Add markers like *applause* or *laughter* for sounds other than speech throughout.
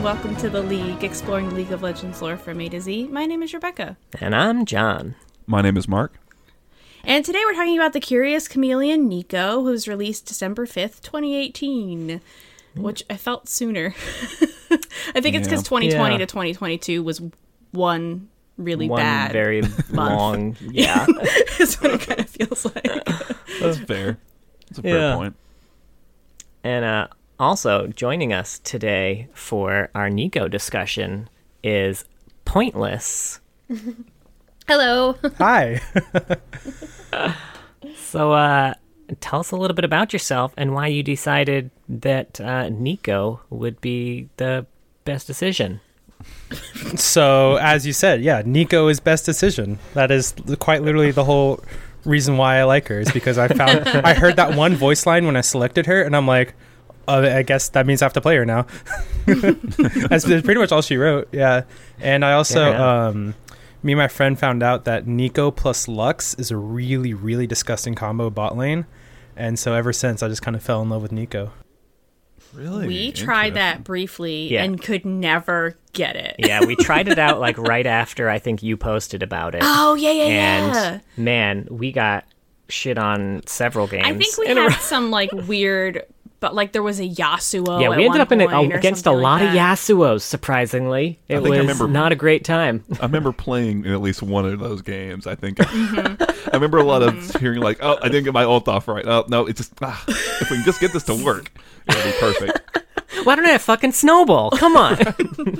welcome to the League, exploring League of Legends lore from A to Z. My name is Rebecca. And I'm John. My name is Mark. And today we're talking about the curious chameleon Nico, who's released December 5th, 2018, which I felt sooner. *laughs* I think it's Yeah. because 2020 Yeah. to 2022 was one really One bad. very long. Yeah. *laughs* is what it kind of feels *laughs* like. Oh, That's fair. That's a Yeah. fair point. and uh, also joining us today for our Nico discussion is Pointless. Hello. Hi. So uh, tell us a little bit about yourself and why you decided that uh, Nico would be the best decision. so, as you said, yeah, Nico is best decision. That is l- quite literally the whole reason why I like her is because I found I heard that one voice line when I selected her, and I'm like, oh, I guess that means I have to play her now. *laughs* That's that's pretty much all she wrote. Yeah, and I also. Fair enough. Um, me and my friend found out that Nico plus Lux is a really, really disgusting combo bot lane. And so ever since, I just kind of fell in love with Nico. Really? We tried that briefly Yeah. and could never get it. Yeah, we tried it out *laughs* like right after I think you posted about it. Oh, yeah, yeah, and yeah. man, we got shit on several games. I think we in a had row. some *laughs* like weird, but like there was a Yasuo. Yeah, Oh, at we ended one up in point a, or against a something lot like of that. Yasuos. Surprisingly, it think was I remember- not a great *laughs* time. I remember playing at least one of those games. I think Mm-hmm. *laughs* I remember a lot of hearing like, "Oh, I didn't get my ult off right." Oh no, it's just ah, if we can just get this to work, it'll be perfect. *laughs* Why don't I have fucking snowball? Come on.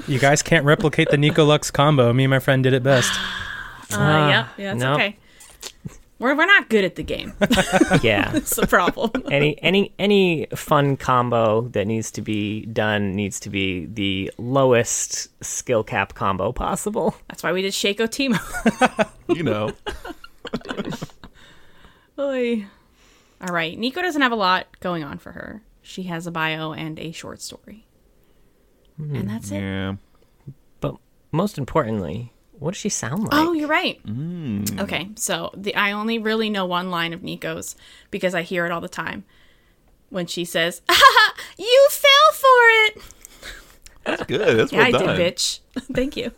You guys can't replicate the Nico Lux combo. Me and my friend did it best. Uh, yeah, yeah, it's no. okay. We're, we're not good at the *laughs* game. yeah. That's the problem. Any any any fun combo that needs to be done needs to be the lowest skill cap combo possible. That's why we did Shaco *laughs* Timo. You know, Oy. All right, Nico doesn't have a lot going on for her. She has a bio and a short story, Hmm, and that's it. yeah. But most importantly, what does she sound like? Oh, you're right. Hmm. Okay, so the I only really know one line of Nico's because I hear it all the time when she says, *laughs* "You fell for it." That's good. That's Yeah, well I done. did, bitch. *laughs* Thank you.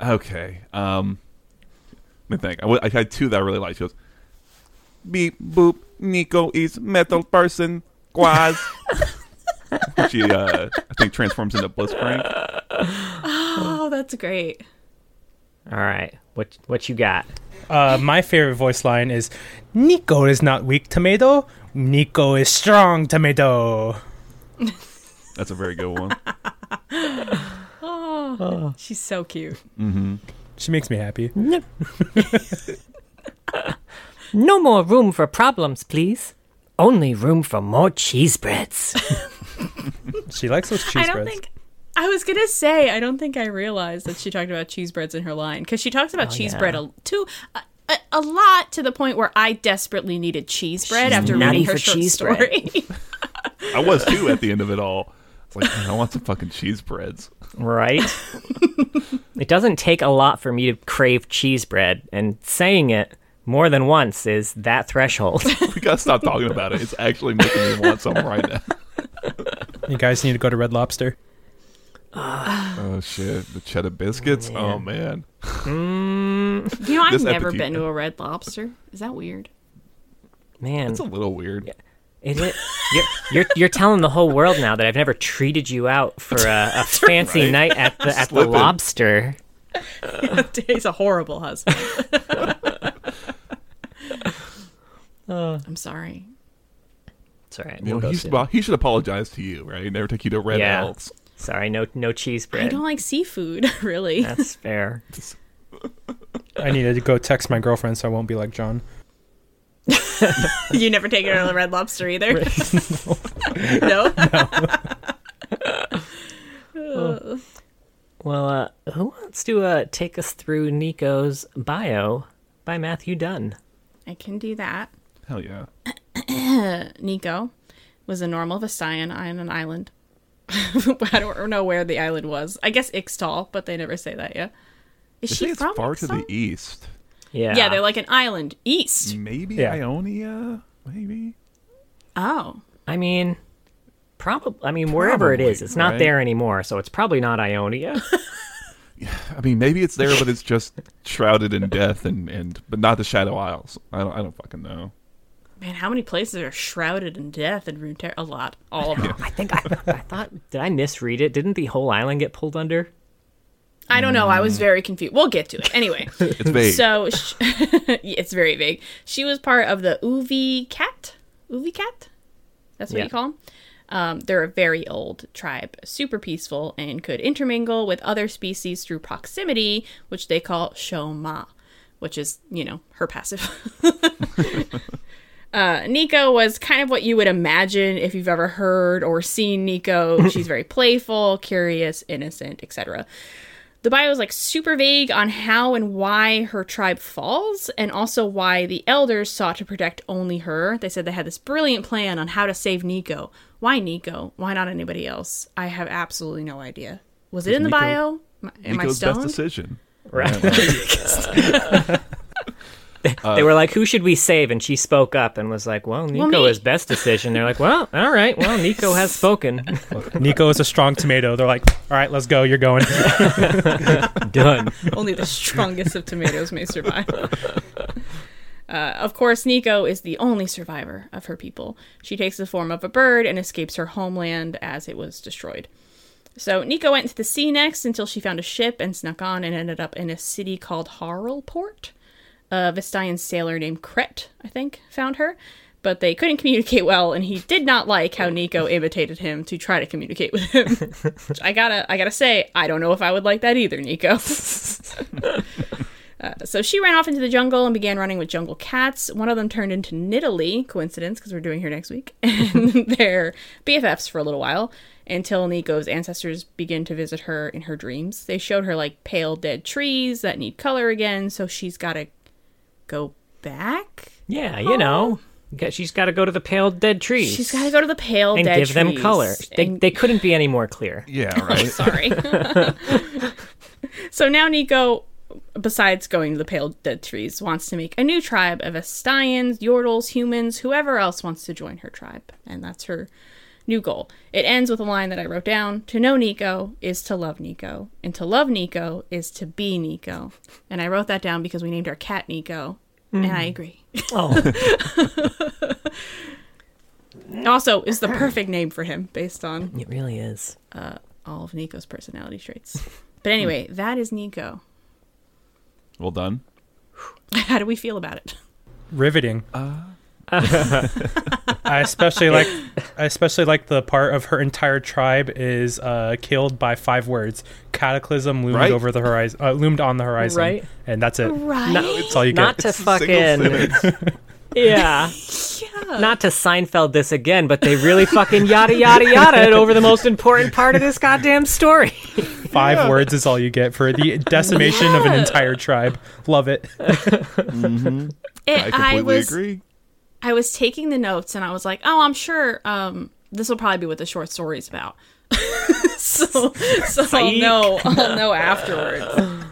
Okay. Um, let me think. I, w- I had two that I really liked. She goes, beep boop. Nico is metal person. Quaz. *laughs* she, uh, I think, transforms into Blitzcrank. oh, that's great. All right. What what you got? Uh, my favorite voice line is Nico is not weak tomato. Nico is strong tomato. That's a very good one. She's so cute. She makes me happy. *laughs* No more room for problems, please. Only room for more cheese breads. She likes those cheese I don't breads. think I was gonna say I don't think I realized that she talked about cheese breads in her line because she talks about cheese Oh, yeah. bread a, too a, a, a lot to the point where I desperately needed cheese bread She's after nutty reading her for short cheese bread. story. *laughs* I was too at the end of it all. It's like, man, I want some fucking cheese breads. *laughs* Right? it doesn't take a lot for me to crave cheese bread, and saying it more than once is that threshold. We gotta stop talking about it. It's actually making me want some right now. you guys need to go to Red Lobster. *laughs* Oh shit! The cheddar biscuits. Oh man. you know, I've This never appetite- been to a Red Lobster. Is that weird? *laughs* Man, It's a little weird. is it? You're, you're, you're telling the whole world now that I've never treated you out for a, a fancy right. night at the, at the Slipping. lobster. He's a horrible *laughs* *laughs* husband. I'm sorry. It's all right. You We'll know, go he, soon. should, he should apologize to you, right? Never take you to Red Yeah. Elves. Sorry, no, no cheese I bread. don't like seafood, *laughs* really. That's fair. I need to go text my girlfriend so I won't be like John. *laughs* you never take it on the Red Lobster either. *laughs* no. Well, uh, who wants to uh, take us through Nico's bio by Matthew Dunn? I can do that. Hell yeah. Nico was a normal Visayan on an island. *laughs* I don't know where the island was. I guess Ixtal, but they never say that, yeah. Is They she say it's from far to the Ixtal? east. Mm. Yeah. Yeah, they're like an island east. Maybe Yeah. Ionia. Maybe Oh. I mean, Probably. I mean, wherever it is, Probably, it's not right? there anymore, so it's probably not Ionia. I mean, maybe it's there, but it's just shrouded in death and, and but not the Shadow Isles. I don't I don't fucking know. Man, how many places are shrouded in death in Runeterra? A lot. All of them. *laughs* I think *laughs* I, I thought. Did I misread it? Didn't the whole island get pulled under? I don't know. I was very confused. We'll get to it. Anyway. It's vague. So sh *laughs* it's very vague. She was part of the Uvi Cat. Uvi Cat? That's what Yeah. you call them. Um, they're a very old tribe, super peaceful, and could intermingle with other species through proximity, which they call Shoma, which is, you know, her passive. *laughs* uh, Nico was kind of what you would imagine if you've ever heard or seen Nico. *laughs* She's very playful, curious, innocent, etc. The bio is like super vague on how and why her tribe falls, and also why the elders sought to protect only her. They said they had this brilliant plan on how to save Nico. Why Nico? Why not anybody else? I have absolutely no idea. Was it in the Nico- bio? Am I- Am I Nico's best stoned? decision. Right. Uh, they were like, "Who should we save?" And she spoke up and was like, "Well, Nico me." is best decision." They're like, "Well, all right. Well, *laughs* Nico has spoken. *laughs* Nico is a strong tomato. They're like, all right, let's go. You're going. *laughs* Done." *laughs* Only the strongest of tomatoes may survive. *laughs* Uh, of course, Nico is the only survivor of her people. She takes the form of a bird and escapes her homeland as it was destroyed. So Nico went to the sea next until she found a ship and snuck on and ended up in a city called Harlport. A Vestayan sailor named Kret, I think, found her, but they couldn't communicate well, and he did not like how Nico imitated him to try to communicate with him. Which I gotta, I gotta say, I don't know if I would like that either, Nico. *laughs* Uh, So she ran off into the jungle and began running with jungle cats. One of them turned into Nidalee, coincidence, because we're doing her next week. *laughs* And they're BFFs for a little while until Nico's ancestors begin to visit her in her dreams. They showed her like pale dead trees that need color again, so she's got to go back. Yeah, you know, got- she's got to go to the pale dead trees. She's got to go to the pale and dead give them trees color. They, and- they couldn't be any more clear. Yeah, right. Sorry. so now Nico, besides going to the Pale Dead Trees, wants to make a new tribe of Estians, Yordles, humans, whoever else wants to join her tribe. And that's her new goal. It ends with a line that I wrote down To know Nico is to love Nico, and to love Nico is to be Nico. And I wrote that down because we named our cat Nico. And I agree. Oh, *laughs* Also, is the perfect name for him based on it really is. all of Nico's personality traits. Hmm. But anyway, that is Nico. *laughs* Well done. How do we feel about it? Riveting. I especially like, I especially like the part of her entire tribe is uh, killed by five words. Cataclysm loomed Right. over the horizon, uh, loomed on the horizon, Right. and that's it. Right. That's all you Not get. to Single fucking sentence. *laughs* yeah, Not to Seinfeld this again, but they really fucking yada yada yada it over the most important part of this goddamn story. Five words is all you get for the decimation of an entire tribe. Love it. It- I I, completely was agree. I was taking the notes and I was like, oh, I'm sure um, this will probably be what the short story's about. *laughs* so so I'll *laughs* know I'll know afterwards.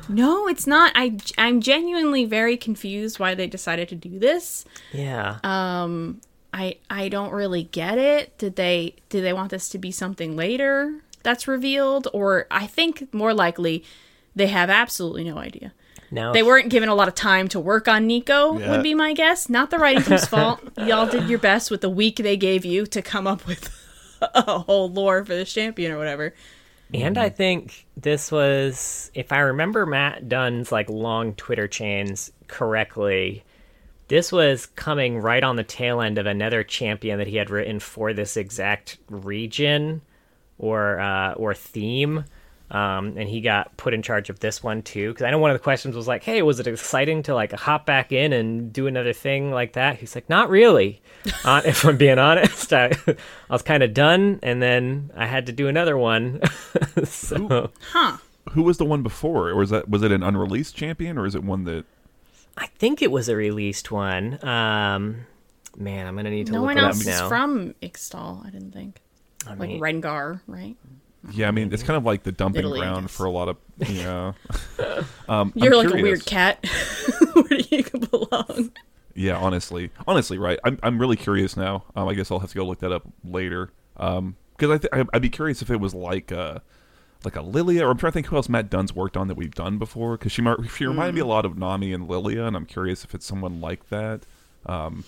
no, it's not. I I'm genuinely very confused why they decided to do this. Yeah, I I don't really get it. Did they did they want this to be something later that's revealed, or I think more likely they have absolutely no idea. now They weren't given a lot of time to work on Nico, Yeah. would be my guess. Not the writing *laughs* team's fault. Y'all did your best with the week they gave you to come up with *laughs* a whole lore for this champion or whatever. And I think this was, if I remember Matt Dunn's like long Twitter chains correctly, this was coming right on the tail end of another champion that he had written for this exact region or uh, or theme. Um, and he got put in charge of this one too. Because I know one of the questions was like, "Hey, was it exciting to like hop back in and do another thing like that?" He's like, "Not really." *laughs* uh, if I'm being honest, I, *laughs* I was kind of done, and then I had to do another one. *laughs* so Who was the one before? Or was that was it an unreleased champion or is it one that I think it was a released one. Um, man, I'm gonna need to No look one it else up is now. from Ixtal, I didn't think. I Like mean, Rengar, right? Yeah, I mean, it's kind of like the dumping Italy, I ground guess. for a lot of *laughs* yeah. um, I'm You're like a curious. weird cat. *laughs* Where do you belong? Yeah, honestly, honestly, right. I'm I'm really curious now. Um, I guess I'll have to go look that up later. Um, because I th- I- I'd be curious if it was like uh like a Lilia, or I'm trying to think who else Matt Dunn's worked on that we've done before. Because she mar- she reminded Hmm. me a lot of Nami and Lilia, and I'm curious if it's someone like that. Um,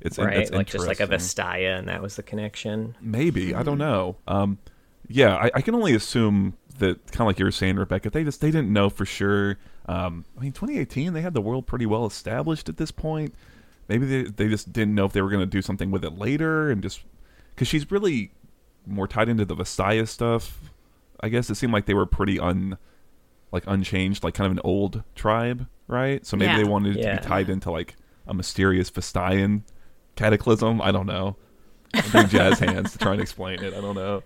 it's right? it's like just like a interesting. Vestaya, and that was the connection. Maybe I don't know. Um, yeah, I, I can only assume that kind of like you were saying, Rebecca. They just they didn't know for sure. Um, I mean, 2018 they had the world pretty well established at this point. Maybe they they just didn't know if they were going to do something with it later, and just because she's really more tied into the Vestaya stuff. I guess it seemed like they were pretty un like unchanged, like kind of an old tribe, right? So maybe Yeah. they wanted it Yeah. to be tied into like a mysterious Vestayan cataclysm. I don't know. I'm *laughs* doing jazz hands to try and explain it. I don't know.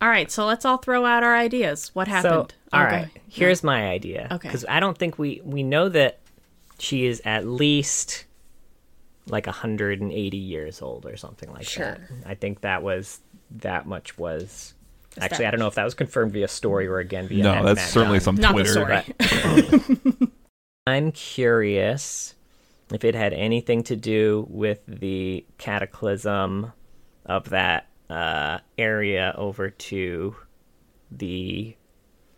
All right, so let's all throw out our ideas. What happened? So, all Okay. right, here's my idea. Okay. Because I don't think we we know that she is at least like 180 years old or something like Sure. that. I think that was that much was. Actually, I don't know if that was confirmed via story or again via no, Matt- that's Matt certainly Dunn. some Not the Twitter. story. *laughs* I'm curious if it had anything to do with the cataclysm of that uh, area over to the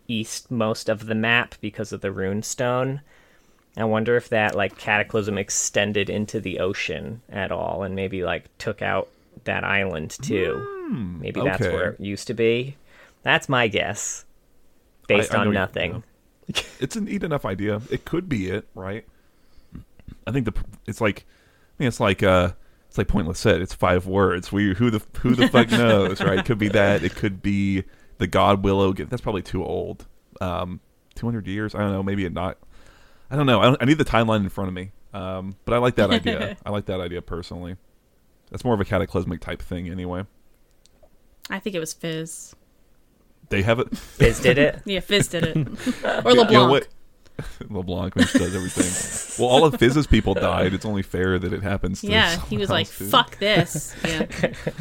eastmost of the map because of the rune stone. I wonder if that like cataclysm extended into the ocean at all and maybe like took out that island too. maybe that's Hmm, okay. where it used to be. That's my guess. Based I know on you- nothing. yeah. *laughs* It's an neat enough idea. It could be it, right? I think the pr- it's like I mean, it's like uh it's like pointless said. It's five words. We who the who the *laughs* fuck knows, right? Could be that. It could be the God Willow. gi- That's probably too old. Um, two hundred years. I don't know. Maybe it not. I don't know. I, don't, I need the timeline in front of me. Um, but I like *laughs* that idea. I like that idea personally. That's more of a cataclysmic type thing, anyway. I think it was Fizz. They have it. Biz did it. Yeah, Fizz did *laughs* it. or LeBlanc. You know what? *laughs* LeBlanc which does everything. well, all of Fizz's people died. It's only fair that it happens. To Yeah, someone he was like, else, too. "Fuck *laughs* this." Yeah.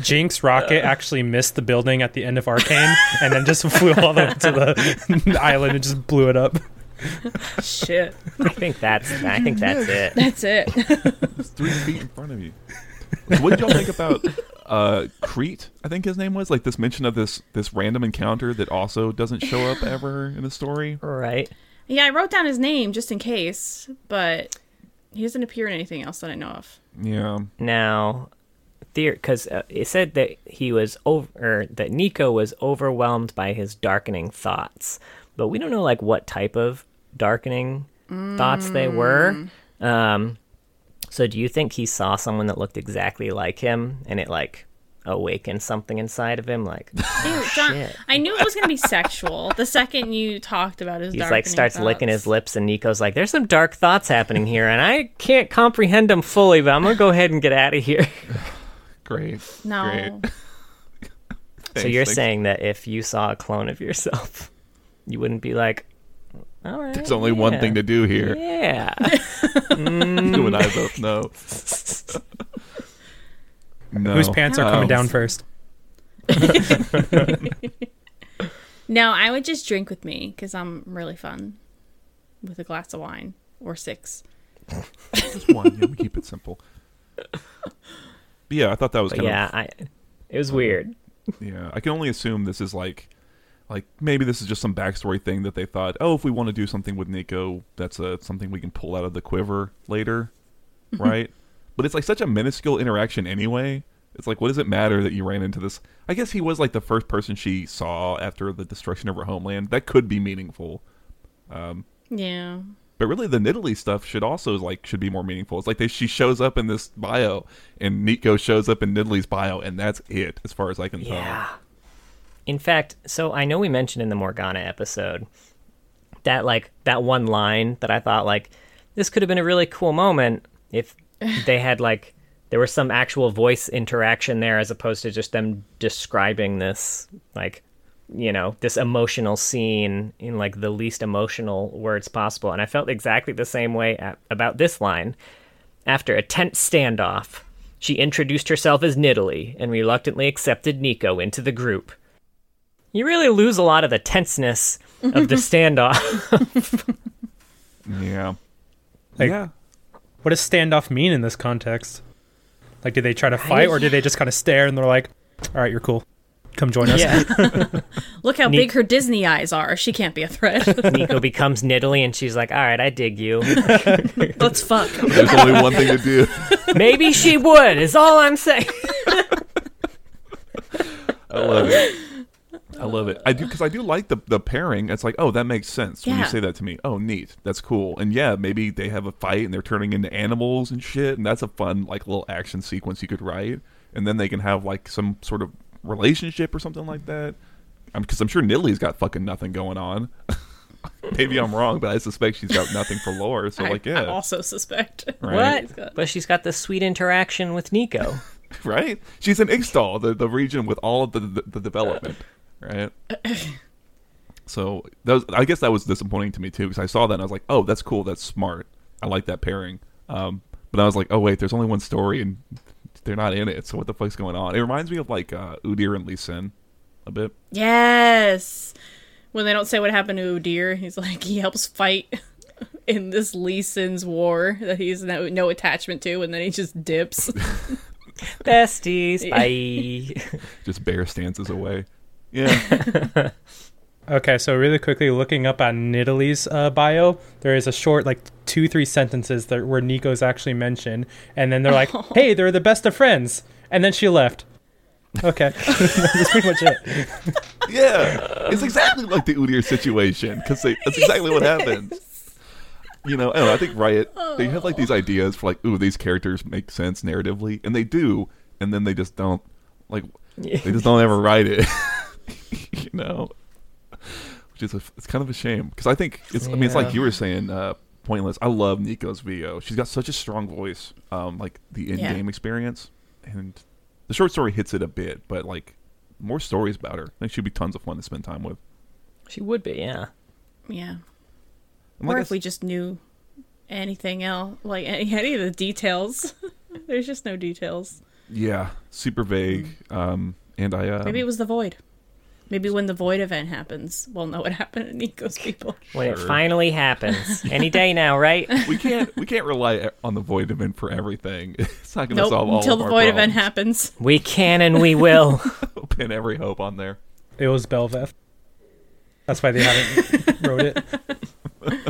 Jinx Rocket actually missed the building at the end of Arcane and then *laughs* just flew all the way to the *laughs* island and just blew it up. Shit. I *laughs* think that's I think that's it. That's it. *laughs* It's three feet in front of you." So what did y'all think about uh, Crete? I think his name was like this mention of this this random encounter that also doesn't show up ever in the story. Right. Yeah, I wrote down his name just in case, but he doesn't appear in anything else that I know of. Yeah, Now, because uh, it said that he was over, or that Nico was overwhelmed by his darkening thoughts, but we don't know like what type of darkening thoughts they Mm. were. Um, so, do you think he saw someone that looked exactly like him, and it like awakened something inside of *laughs* him? Like Ew, John, Ah, shit. I knew it was gonna be *laughs* sexual the second you talked about his. he's like darkening starts thoughts. licking his lips, and Nico's like, "There's some dark thoughts happening here, and I can't comprehend them fully, but I'm gonna go ahead and get out of here." *laughs* great. No, Great. *laughs* So you're saying that if you saw a clone of yourself, *laughs* you wouldn't be like, all right. there's only one thing to do here? *laughs* Yeah. Mm, You and I both know. *laughs* no. Whose pants are Um, coming down first? no, I would just drink with me because I'm really fun with a glass of wine or six. Just one. Yeah, we keep it simple. But yeah, I thought that was But kind of yeah, I, it Uh-huh. was weird. Yeah, I can only assume this is like, like maybe this is just some backstory thing that they thought. Oh, if we want to do something with Nico, that's a something we can pull out of the quiver later, Mm-hmm. right? but it's like such a minuscule interaction anyway. It's like, what does it matter that you ran into this? I guess he was like the first person she saw after the destruction of her homeland. That could be meaningful, Yeah, but really the Nidalee stuff should also like should be more meaningful. It's like they, she shows up in this bio, and Nico shows up in Nidalee's bio, and that's it as far as I can tell. Yeah. In fact, so I know we mentioned in the Morgana episode that like that one line that I thought like this could have been a really cool moment if they had like there was some actual voice interaction there as opposed to just them describing this like you know this emotional scene in like the least emotional words possible and I felt exactly the same way at, about this line after a tense standoff, she introduced herself as Nidalee and reluctantly accepted Nico into the group. You really lose a lot of the tenseness of the standoff. Yeah. Like- yeah. What does standoff mean in this context? Like, did they try to fight or did they just kind of stare and they're like, all right, you're cool? Come join us. Yeah. Look how Neat. big her Disney eyes are. She can't be a threat. *laughs* Nico becomes Nidalee, and she's like, "All right, I dig you." Let's fuck. *laughs* There's only one thing to do. Maybe she would. Is all I'm saying. I love it. I love it. *laughs* I do because I do like the the pairing. It's like, oh, that makes sense when you Yeah. say that to me. Oh, neat. That's cool. And yeah, maybe they have a fight and they're turning into animals and shit, and that's a fun like little action sequence you could write. And then they can have like some sort of relationship or something like that. Because I'm sure Nidalee's got fucking nothing going on. *laughs* maybe I'm wrong, but I suspect she's got nothing for lore. So I, like, I yeah, also suspect. *laughs* Right. What? But she's got this sweet interaction with Nico. right? She's in Ixtal, the, the region with all of the, the, the development, right? So that was, I guess that was disappointing to me too because I saw that and I was like, oh, that's cool, that's smart. I like that pairing. Um, but I was like, oh wait, there's only one story and they're not in it. So what the fuck's going on? It reminds me of like uh, Udyr and Lee Sin a bit. Yes. When they don't say what happened to Udyr, he's like he helps fight *laughs* in this Lee Sin's war that he's no, no attachment to, and then he just *laughs* dips. Besties, bye. Just bare stances away. Yeah, Okay, so really quickly, looking up on Nidalee's uh, bio, there is a short, like two, three sentences that where Nico's actually mentioned, and *laughs* then they're like, "Hey, they're the best of friends," and then she left. Okay, *laughs* that's pretty much it. yeah. It's exactly like the Udyr situation because that's exactly what happens. you know, I, don't know, I think Riot they have like these ideas for like, ooh, these characters make sense narratively, and they do, and then they just don't like they just don't ever write it, *laughs* you know, which is a, it's kind of a shame because I think it's I mean it's like Yeah. you were saying uh, pointless. I love Nico's VO. She's got such a strong voice, um, like the in game experience, and the short story hits it a bit, but like more stories about her, I think she'd be tons of fun to spend time with. she would be, yeah. yeah. or And like I if we just knew anything else, like any, any of the details. *laughs* There's just no details. Yeah, super vague. Um, and I um, Mm-hmm. Maybe it was the void. Maybe when the void event happens, we'll know what happened to Nico's people. When it Sure. finally happens, any day now, right? we *laughs* can't we can't rely e, on the void event for everything. *laughs* It's not going to Nope. solve all Until of the our void event problems. happens. We can and we will. We'll Pin every hope on there. It was Belveth. That's why *laughs* they haven't wrote it.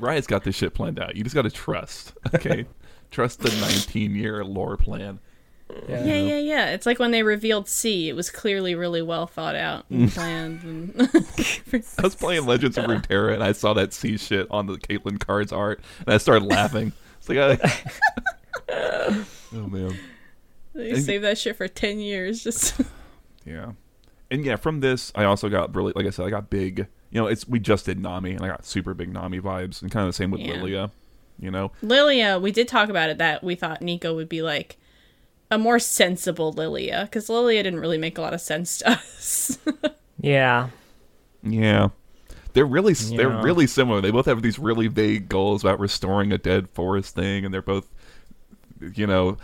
Riot's got this shit planned out. You just got to trust. *laughs* Okay, trust the 19 year lore plan. Yeah. Yeah, yeah, yeah. It's like when they revealed C. It was clearly really well thought out Mm. and planned. And *laughs* I was playing Legends of Runeterra and I saw that sea shit on the Caitlyn cards art and I started laughing. It's like, *laughs* I- oh man. they saved that shit for ten years. Just *laughs* Yeah. And yeah, from this, I also got really, like I said, I got big. You know, it's we just did Nami, and I got super big Nami vibes, and kind of the same with Yeah. Lilia. You know, Lilia, we did talk about it that we thought Nico would be like a more sensible Lilia because Lilia didn't really make a lot of sense to *laughs* us. Yeah. yeah, they're really s they're Yeah. really similar. They both have these really vague goals about restoring a dead forest thing, and they're both, you know,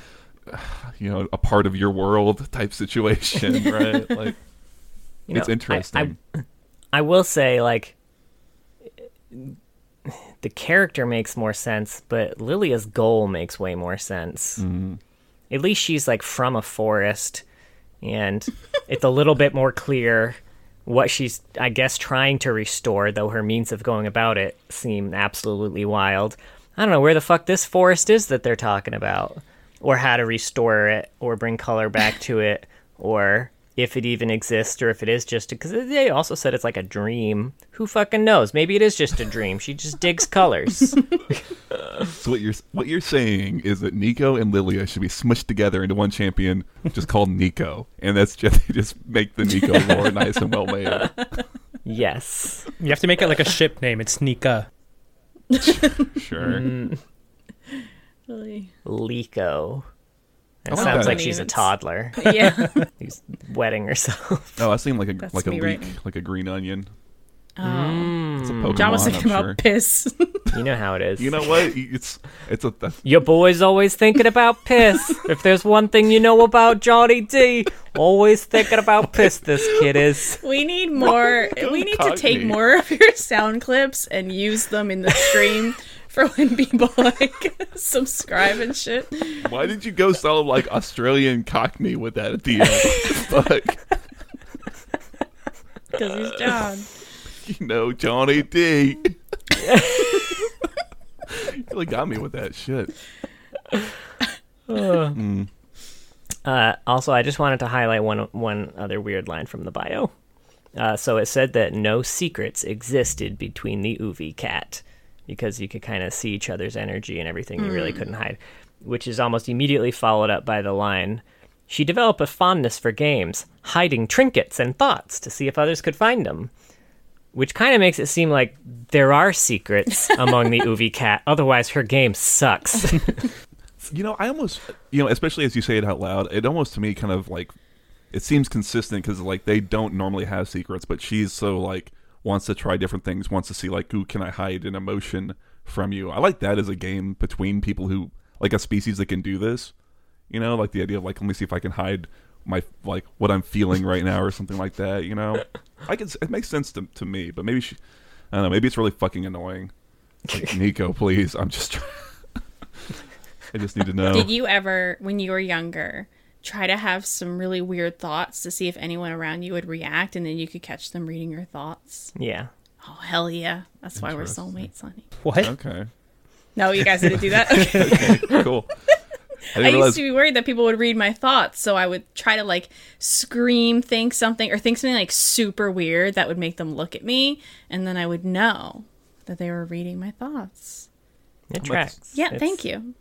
*sighs* you know, a part of your world *laughs* type situation, right? Like, You know, it's I- I- interesting. I will say, like, the character makes more sense, but Lilia's goal makes way more sense. At least she's, like, from a forest, and it's a little bit more clear what she's, I guess, trying to restore, though her means of going about it seem absolutely wild. I don't know where the fuck this forest is that they're talking about, or how to restore it, or bring color back to it, or if it even exists, or if it is just because they also said it's like a dream. Who fucking knows? Maybe it is just a dream. She just digs *laughs* colors. so what you're what you're saying is that Nico and Lilia should be smushed together into one champion, just called Nico, and that's just *laughs* they just make the Nico lore nice and well made. yes. You have to make it like a ship name. It's Nika. Sure. really. Lico. It I like sounds that. like she's a Names. toddler *laughs* Yeah. who's wetting herself. *laughs* Oh, I seen like a That's like a me leek, right like a green onion. Oh. It's a Mm, Pokemon. John was I'm thinking about sure. piss. *laughs* you know how it is. You know what? It's it's a that's Your boy's always thinking about piss. if there's one thing you know about Johnny D, always thinking about piss this kid is. We need more. We need to take cognate. more of your sound clips and use them in the *laughs* stream for when people *laughs* like subscribe and shit. why did you go sound like Australian Cockney with that at the end? *laughs* Fuck. because he's John. You know, Johnny D. *laughs* you really got me with that shit. Uh, also, I just wanted to highlight one one other weird line from the bio. Uh, so it said that no secrets existed between the Uvi cat because you could kind of see each other's energy and everything. You Hmm. really couldn't hide, which is almost immediately followed up by the line. She developed a fondness for games, hiding trinkets and thoughts to see if others could find them, which kind of makes it seem like there are *laughs* secrets among the Uvi cat. Otherwise, her game sucks. You know, I almost, you know, especially as you say it out loud, it almost to me kind of like it seems consistent because like they don't normally have secrets, but she's so like wants to try different things, wants to see like who can I hide an emotion from you. I like that as a game between people who like a species that can do this. You know, like the idea of like let me see if I can hide my like what I'm feeling right now or something like that. You know, I can. It makes sense to to me, but maybe she. I don't know. Maybe it's really fucking annoying. *laughs* Like, Nico, please. I'm just. Trying. *laughs* I just need to know. Did you ever, when you were younger, try to have some really weird thoughts to see if anyone around you would react and then you could catch them reading your thoughts? yeah. Oh, hell yeah. That's why we're soulmates, honey. What? Okay. No, you guys didn't do that? *laughs* Okay. Cool. *laughs* I didn't I realize- used to be worried that people would read my thoughts, so I would try to like scream, think something, or think something like super weird that would make them look at me, and then I would know that they were reading my thoughts. It gonna- tracks. Yeah, It's- thank you.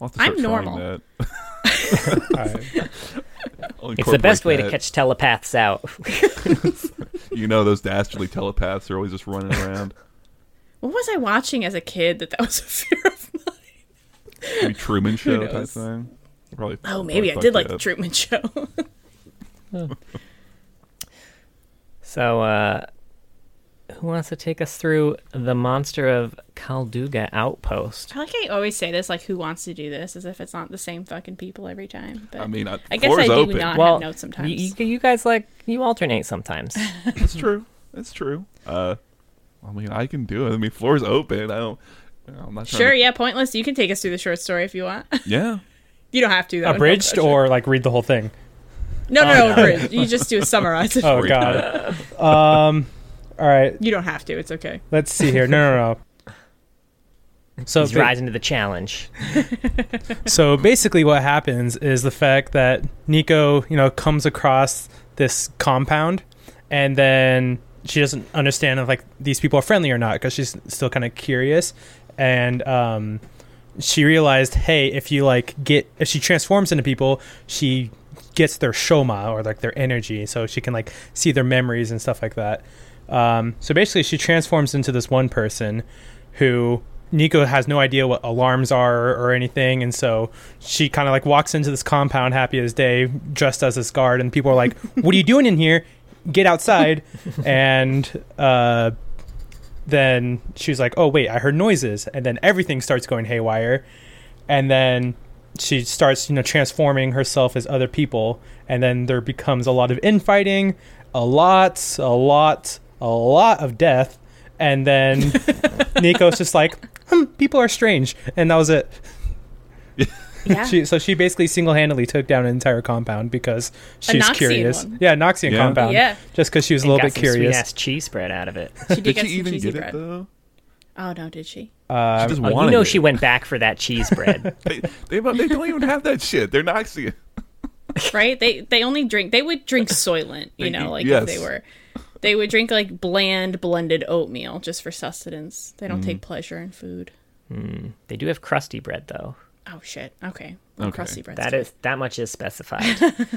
I'll have to I'm start trying normal. that. *laughs* All *laughs* right. I'll It's the best way incorporate to that. catch telepaths out. *laughs* You know, those dastardly telepaths are always just running *laughs* around. What was I watching as a kid that that was a fear of mine? Maybe Truman Show type knows? thing. Probably. Oh, probably maybe I fucked did like it the up. Truman Show. So, uh, who wants to take us through the monster of Kalduga outpost? I like I always say this, like who wants to do this, as if it's not the same fucking people every time. But I mean, I, I guess floor's I do open. *laughs* not well, have notes sometimes. You, you, you guys like you alternate sometimes. It's true. It's true. Uh, I mean, I can do it. I mean, floor's open. I don't. I'm not sure, trying yeah, pointless. You can take us through the short story if you want. *laughs* to- yeah. You don't have to though. Abridged no pressure. or like read the whole thing? no, no, no, abridged. You just do a summarize. *laughs* it. Oh god. Um. All right. You don't have to. It's okay. Let's see here. No, no, no. So He's rising to the challenge. so basically what happens is the fact that Nico, you know, comes across this compound and then she doesn't understand if like these people are friendly or not because she's still kind of curious and um she realized, hey, if you like get if she transforms into people, she gets their shoma or like their energy, so she can like see their memories and stuff like that. Um, so basically, she transforms into this one person who Nico has no idea what alarms are or anything, and so she kind of like walks into this compound happy as day, dressed as this guard, and people are like, "What are you doing in here? Get outside!" and uh, then she's like, "Oh wait, I heard noises," and then everything starts going haywire, and then she starts, you know, transforming herself as other people, and then there becomes a lot of infighting, a lot, a lot, a lot of death, *laughs* and then Nico's just like, hmm, "People are strange," and that was it. *laughs* Yeah. She, so she basically single-handedly took down an entire compound because she's Noxian curious. one. Yeah, Noxian Yeah. compound. Yeah. just because she was a little bit curious. Ass cheese spread out of it. She did, Did get she some even cheesy get bread. it though? Oh no, did she? She just Oh, wanted. you know it. she went back for that cheese bread. They, they, they don't even have that shit. *laughs* They're Noxian. Right? They they only drink. They would *laughs* drink Soylent. You They- know, like yes. if they were. They would drink like bland blended oatmeal just for sustenance. They don't Mm. take pleasure in food. they do have crusty bread though. Oh shit. Okay. Well, Okay. Crusty bread. That is that much is *laughs* specified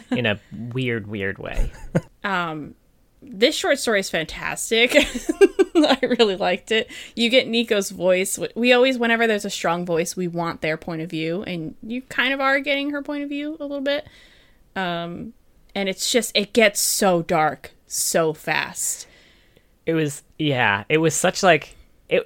in a weird, weird way. this short story is fantastic. *laughs* I really liked it. You get Nico's voice. We always, whenever there's a strong voice, we want their point of view, and you kind of are getting her point of view a little bit. Um, and it's just it gets so dark so fast. it was yeah it was such like it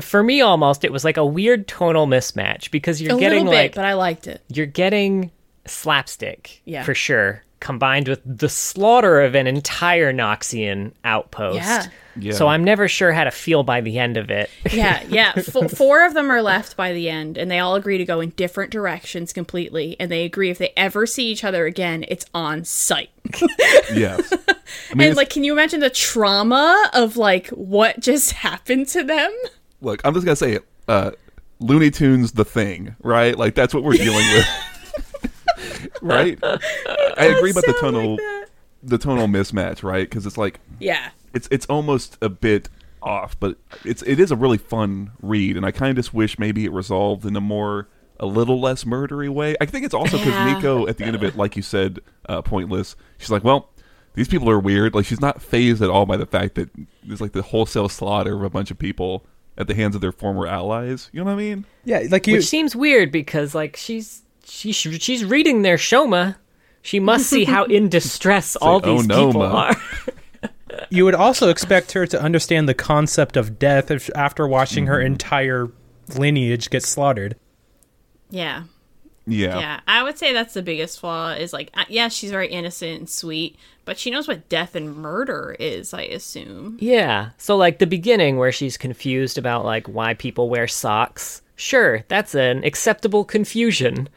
for me almost it was like a weird tonal mismatch because you're A getting little bit, like but I liked it. you're getting slapstick Yeah. for sure combined with the slaughter of an entire noxian outpost Yeah. Yeah. so i'm never sure how to feel by the end of it Yeah, *laughs* yeah. F- four of them are left by the end, and they all agree to go in different directions completely. And they agree if they ever see each other again, it's on site. Yes. I mean, and it's- like, can you imagine the trauma of like what just *laughs* happened to them? look, I'm just gonna say it. Uh, Looney Tunes, the thing, right? Like that's what we're dealing with, right? I agree about the Sound like tonal, that. the tonal mismatch, right? Because it's like Yeah. it's it's almost a bit off, but it's it is a really fun read, and I kind of just wish maybe it resolved in a more a little less murdery way. I think it's also because Yeah. Nico at the end of it, like you said, uh, pointless. She's like, well. These people are weird. Like she's not phased at all by the fact that there's like the wholesale slaughter of a bunch of people at the hands of their former allies. You know what I mean? Yeah, like you. Which seems weird because like she's she sh- she's reading their shoma. She must see how in *laughs* distress all like, oh these no, people Ma. are. you would also expect her to understand the concept of death if, after watching her entire lineage get slaughtered. Yeah. Yeah. Yeah, I would say that's the biggest flaw is like, uh, yeah, she's very innocent and sweet, but she knows what death and murder is, I assume. yeah. So like the beginning where she's confused about like why people wear socks. Sure, that's an acceptable confusion.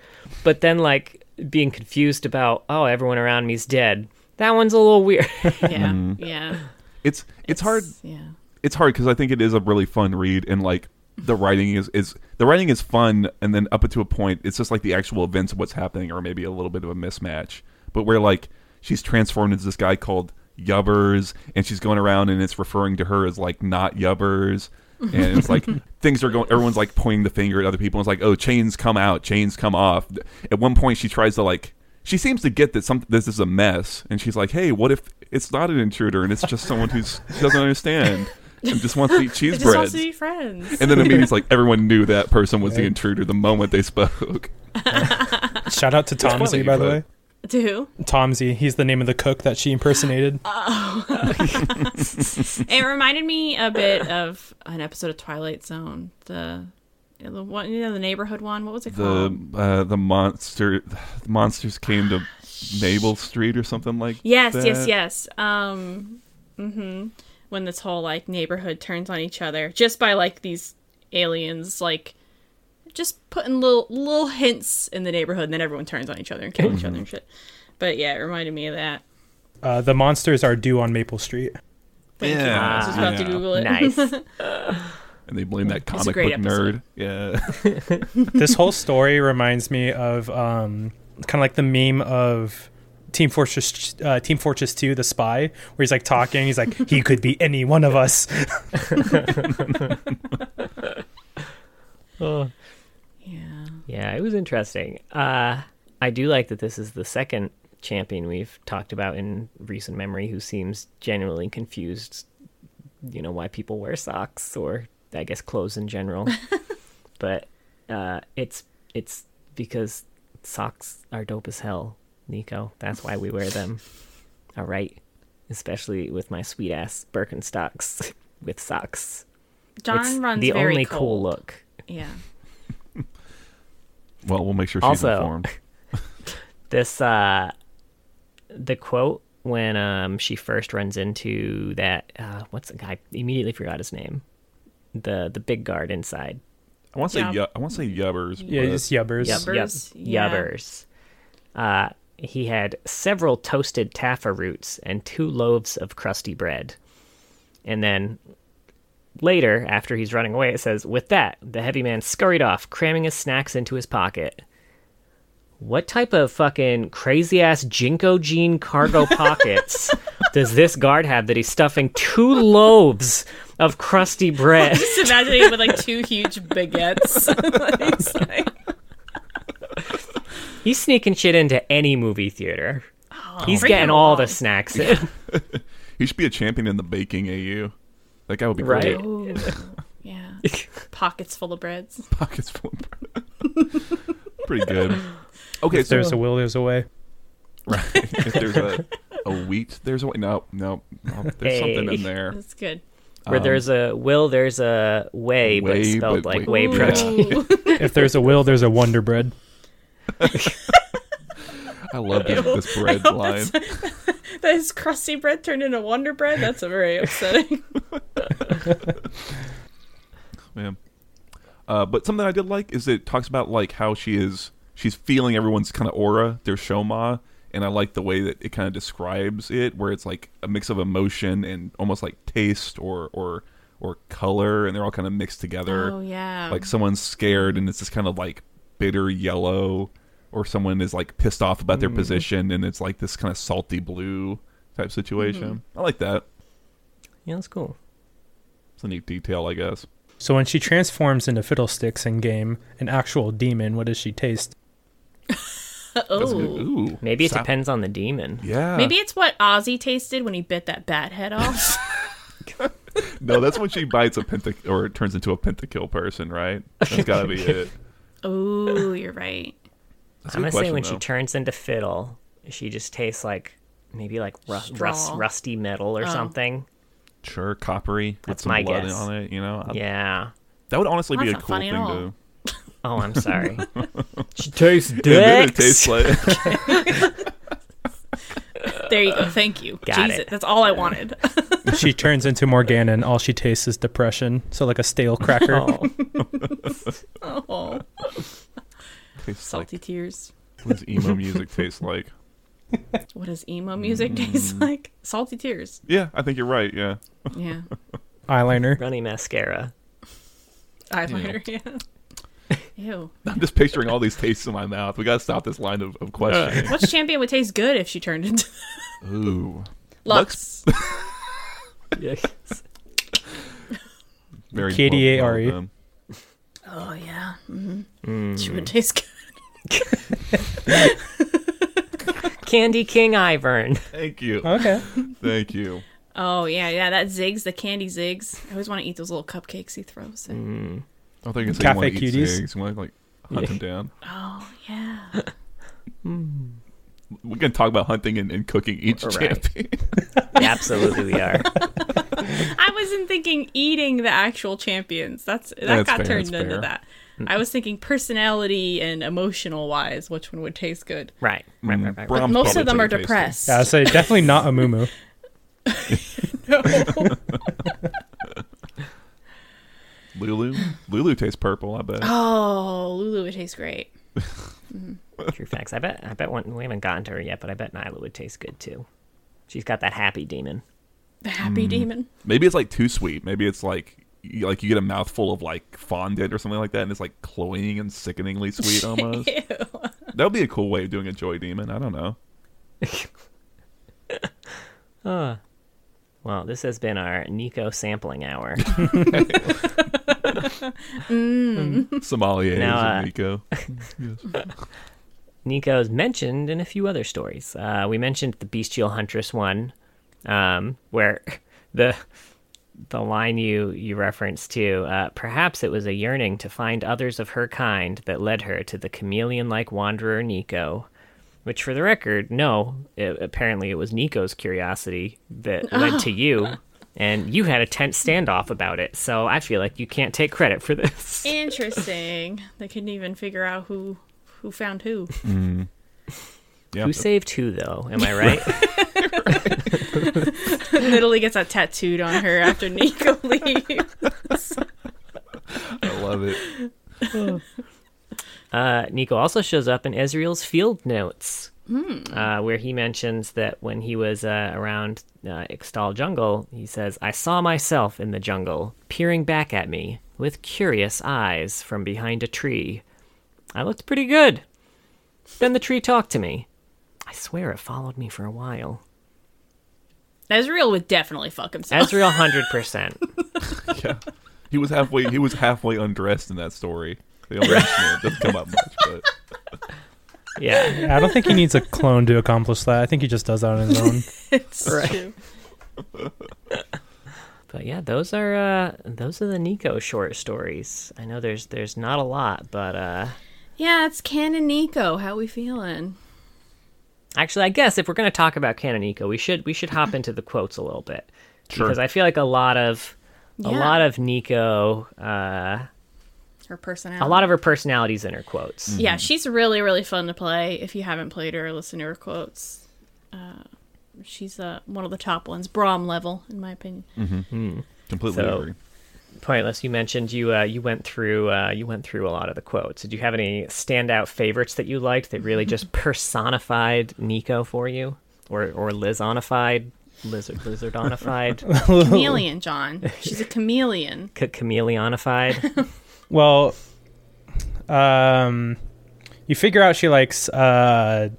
But then like being confused about oh everyone around me's dead. That one's a little weird. *laughs* Yeah, yeah. It's, it's Mm-hmm. hard Yeah, it's hard because I think it is a really fun read and like the writing is is the writing is fun and then up to a point it's just like the actual events of what's happening are maybe a little bit of a mismatch. But where like she's transformed into this guy called Yubbers and she's going around and it's referring to her as like not Yubbers. And it's like things are going. Everyone's like pointing the finger at other people. It's like, oh, chains come out, chains come off. At one point, she tries to like. She seems to get that some this is a mess, and she's like, hey, what if it's not an intruder and it's just someone who's *laughs* doesn't understand and just wants to *laughs* eat cheese it just wants breads. to be friends. *laughs* and then immediately, it's like everyone knew that person was the intruder the moment they spoke. Shout out to funny, Tomsey, by the but- way. To who? Tomsey, he's the name of the cook that she impersonated. It reminded me a bit of an episode of Twilight Zone, the the one, you know, the neighborhood one. What was it The called? uh, the monster the monsters came to Mabel Street or something like Yes, that. yes, yes. Um, mhm. When this whole like neighborhood turns on each other just by like these aliens like just putting little little hints in the neighborhood, and then everyone turns on each other and kills each other and Mm-hmm. shit. But yeah, it reminded me of that. Uh, the monsters are due on Maple Street. Thank you. I was just about to Yeah. Google it. nice. And they blame that a comic book great episode. nerd. Yeah. *laughs* this *laughs* whole story reminds me of um, kind of like the meme of Team Fortress uh, Team Fortress 2 the spy where he's like talking he's like he could be any one of us *laughs* yeah. Yeah, it was interesting. Uh, I do like that this is the second champion we've talked about in recent memory who seems genuinely confused, you know, why people wear socks or I guess clothes *laughs* in general. but uh, it's it's because socks are dope as hell, Nico. That's why we *laughs* wear them. All right. Especially with my sweet ass Birkenstocks *laughs* with socks. John it's runs the very only cold. cool look. Yeah. Well, we'll make sure she's Also- informed. this uh the quote when um she first runs into that uh what's the guy immediately forgot his name the the big guard inside I want to say Yeah. yu- I want to say Yubbers. yeah but- just yubbers Yep. Yubbers, yeah. yubbers uh he had several toasted taffa roots and two loaves of crusty bread and then later after he's running away it says with that the heavy man scurried off cramming his snacks into his pocket what type of fucking crazy ass Jinko jean *laughs* cargo pockets does this guard have that he's stuffing two loaves of *laughs* crusty bread? Just imagining it with like two huge baguettes. *laughs* It's like, He's sneaking shit into any movie theater. he's bring getting him all along. the snacks in. He should be a champion in the baking AU. That guy would be Right. great. ooh. *laughs* yeah. Pockets full of breads. Pockets full of bread. *laughs* Pretty good. Okay, so there's a will there's a way *laughs* right. if there's a, a wheat, there's a way. No, no, no, there's something Hey. in there. That's good. Where Um, there's a will, there's a way, but Way, spelled but like wait- whey protein. Ooh. if there's a will there's a wonder bread *laughs* I love *laughs* *laughs* this, this bread hope line. that is crusty bread turned into Wonder Bread. That's a very *laughs* upsetting. Yeah. Uh, but something I did like is it talks about like how she is she's feeling everyone's kind of aura, their shoma, and I like the way that it kind of describes it, where it's like a mix of emotion and almost like taste or or or color, and they're all kind of mixed together. Oh yeah. Like someone's scared, and it's just kind of like bitter yellow, or someone is like pissed off about Mm. their position, and it's like this kind of salty blue type Mm-hmm. situation. I like that. *laughs* Yeah, that's cool. It's a neat detail, I guess. So when she transforms into Fiddlesticks in game, an actual demon, what does she taste? That's a good- oh. ooh, Maybe it Sap- depends on the demon. Yeah, Maybe it's what Ozzy tasted when he bit that bat head *laughs* off. no, that's when she bites a pentakill or turns into a pentakill person, right? That's gotta *laughs* be it. Ooh, you're right. That's a I'm good gonna say question, when though. she turns into fiddle, she just tastes like maybe like ru- rust, Straw. rusty metal or something. sure coppery with That's some my blood guess. on it. You know, I- Yeah. that would honestly be That's a not cool funny thing at all. *laughs* to. Oh, I'm *laughs* sorry. *laughs* she tastes And then it dicks. tastes like *laughs* There you go. Thank you. Got Jesus, it. that's all I *laughs* wanted. *laughs* She turns into Morgana and all she tastes is depression. So like a stale *laughs* cracker. *laughs* oh, *laughs* oh, tastes salty tears. like what does emo music taste like? What does emo music Mm-hmm. taste like? Salty *laughs* tears. Yeah, I think you're right. Yeah, Yeah. Eyeliner. runny mascara. Eyeliner. Yeah. *laughs* Ew. I'm just picturing all these tastes in my mouth. We gotta stop this line of, *laughs* of questioning. Which champion would taste good if she turned into Ooh, Lux? very KDA well- well E. RE. done. Oh yeah. hmm She would Mm. taste good. Candy King Ivern. Thank you, Okay. thank you. Oh yeah, yeah. That zigs, the candy zigs. I always want to eat those little cupcakes he throws. Mm. in. Hmm. I don't think it's Cafe you want to eat cuties. cigs. You want to like hunt them down. Oh yeah. We can talk about hunting and, and cooking each Right. champion. *laughs* Absolutely, we are. I wasn't thinking eating the actual champions. That's that That's got fair, turned that's into fair. Mm. that. I was thinking personality and emotional wise, which one would taste good. Right. Right. Right. Right. right. Brahms Most probably of them are tastes tasty. depressed. Yeah, so definitely not a Mumu. Lulu, Lulu tastes purple. I *laughs* bet. Uh. Oh, Lulu would taste great. True facts. I bet. I bet one, we haven't gotten to her yet, but I bet Nyla would taste good too. She's got that happy demon. The Mm. happy *laughs* demon. Maybe it's like too sweet. Maybe it's like you, like you get a mouthful of like fondant or something like that, and it's like cloying and sickeningly sweet *laughs* almost. Ew. that would be a cool way of doing a joy demon. I don't know. Well, this has been our Nico sampling hour. Sommeliers Now, uh, and Nico. *laughs* Nico's mentioned in a few other stories. Uh, we mentioned the Bestial Huntress one, um, where *laughs* the the line you you referenced to, uh, perhaps it was a yearning to find others of her kind that led her to the chameleon-like wanderer Nico. Which, for the record, no, it, apparently it was Nico's curiosity that led to you, and you had a tense standoff about it. So I feel like you can't take credit for *laughs* this. Interesting. They couldn't even figure out who who found who. Yeah. Who saved who, though? Am I right? Italy gets that tattooed on her after Nico *laughs* leaves. I love it. Uh, Nico also shows up in Ezreal's field notes, uh, where he mentions that when he was uh, around uh, Ixtal Jungle, he says, I saw myself in the jungle, peering back at me with curious eyes from behind a tree. I looked pretty good. Then the tree talked to me. I swear it followed me for a while. Ezreal would definitely fuck himself. Ezreal, 100%. Yeah. He was halfway he was halfway undressed in that story. They don't mention it. It doesn't come up much, but Yeah. Yeah, I don't think he needs a clone to accomplish that. I think he just does that on his own. *laughs* It's true. But yeah, those are uh, those are the Nico short stories. I know there's there's not a lot, but uh, Yeah, it's Ken and Nico. How we feeling? Actually, I guess if we're going to talk about Canonico, we should we should hop into the quotes a little bit Sure. because I feel like a lot of a Yeah. lot of Nico, uh, Her personality. a lot of her personalities in her quotes. Yeah, she's really, really fun to play. If you haven't played her, listen to her quotes. Uh, *laughs* she's uh, one of the top ones, Brom level, in my opinion. completely So- agree. pointless. You mentioned you uh, you went through uh, you went through a lot of the quotes. Did you have any standout favorites that you liked that really just personified Nico for you, or or Lizonified, lizard lizardonified, Chameleon, John. She's a *laughs* chameleon. ca- chameleonified? *laughs* Well, um, you figure out she likes uh,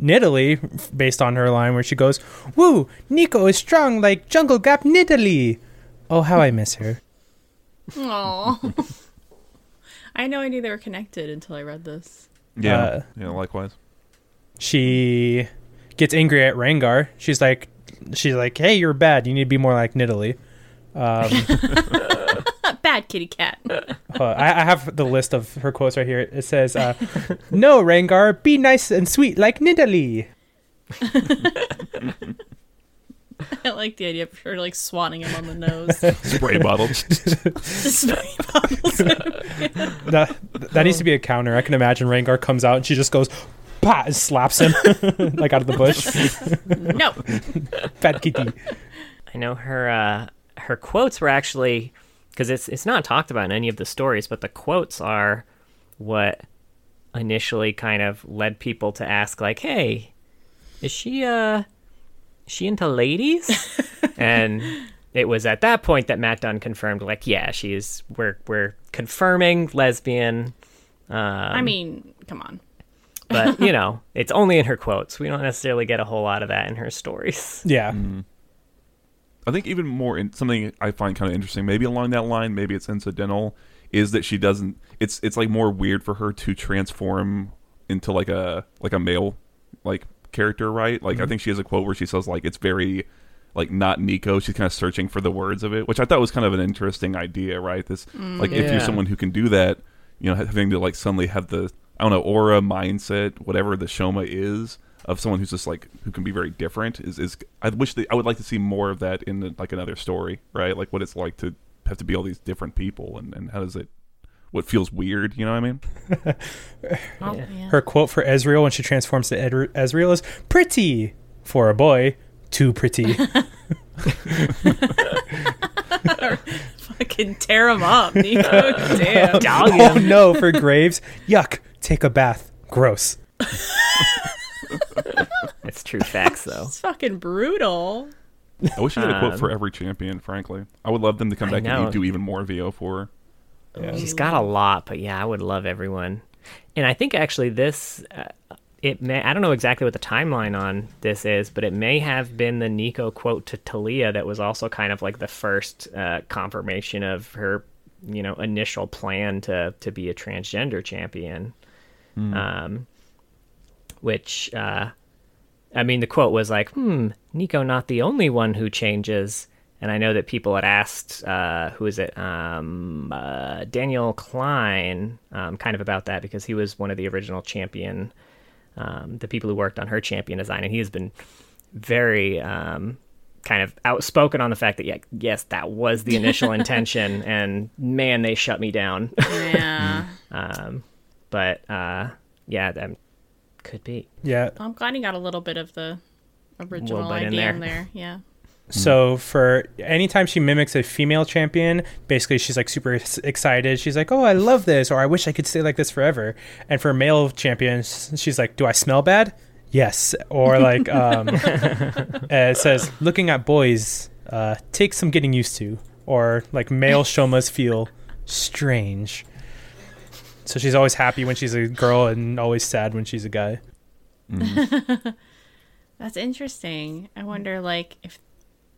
Nidalee f- based on her line where she goes, "Woo, Nico is strong like Jungle Gap Nidalee." Oh, how I miss her. Oh. *laughs* I had no idea they were connected until I read this. Yeah, Uh, yeah. Likewise. She gets angry at Rengar. She's like, she's like, "Hey, you're bad. You need to be more like Nidalee." Um, Not bad, kitty cat. *laughs* Uh, I, I have the list of her quotes right here. It says, uh, "No, Rengar, be nice and sweet like Nidalee." I like the idea of her like swatting him on the *laughs* nose. Spray bottle. Despite- That that needs to be a counter. I can imagine Rengar comes out and she just goes, "Pat!" and slaps him *laughs* like out of the bush. no. Fat kitty. I know her uh, her quotes were actually because it's it's not talked about in any of the stories, but the quotes are what initially kind of led people to ask like, "Hey, is she uh is she into ladies?" and it was at that point that Matt Dunn confirmed like, "Yeah, she's we're we're confirming lesbian." I Um, mean, come on. But, you know, it's only in her quotes. We don't necessarily get a whole lot of that in her *laughs* stories. Yeah, I think even more in, something I find kind of interesting, maybe along that line, maybe it's incidental, is that she doesn't. It's it's like more weird for her to transform into like a like a male like character, right? Like Mm-hmm. I think she has a quote where she says like it's very like not Nico. She's kind of searching for the words of it, which I thought was kind of an interesting idea, right? This like if Yeah. you're someone who can do that, you know, having to like suddenly have the I don't know aura, mindset, whatever the Shoma is of someone who's just like who can be very different is is I wish they, I would like to see more of that in like another story, right? Like what it's like to have to be all these different people and and how does it what feels weird, you know what I mean? Oh, yeah. her quote for Ezreal when she transforms to Ed- Ezreal is "pretty" for a boy, too pretty. Fucking tear him up, Nico. *laughs* Damn. Dog oh no, *laughs* for Graves, yuck. Take a bath. Gross. It's true facts, though. It's fucking brutal. I wish I had a quote Um, for every champion, frankly. I would love them to come I back know. and do even more VO for She's got a lot, but yeah, I would love everyone. And I think actually this, uh, it may, I don't know exactly what the timeline on this is, but it may have been the Nico quote to Talia that was also kind of like the first uh, confirmation of her, you know, initial plan to, to be a transgender champion. Um, which, uh, I mean, the quote was like, hmm, Nico not the only one who changes. And I know that people had asked, uh, who is it? Um, uh, Daniel Klein, um, kind of about that because he was one of the original champion, um, the people who worked on her champion design. And he has been very um, kind of outspoken on the fact that, yeah, yes, that was the initial intention. And man, they shut me down. *laughs* Yeah. but uh, yeah, that could be. Yeah. *laughs* I'm glad he got a little bit of the original bit in idea there. in there. Yeah. So for anytime she mimics a female champion, basically she's like super s- excited. She's like, "Oh, I love this," or "I wish I could stay like this forever." And for male champions, she's like, "Do I smell bad?" Yes, or like *laughs* um, uh, it says, "Looking at boys uh, takes some getting used to," or like male shomas feel strange. So she's always happy when she's a girl and always sad when she's a guy. That's interesting. I wonder, like, if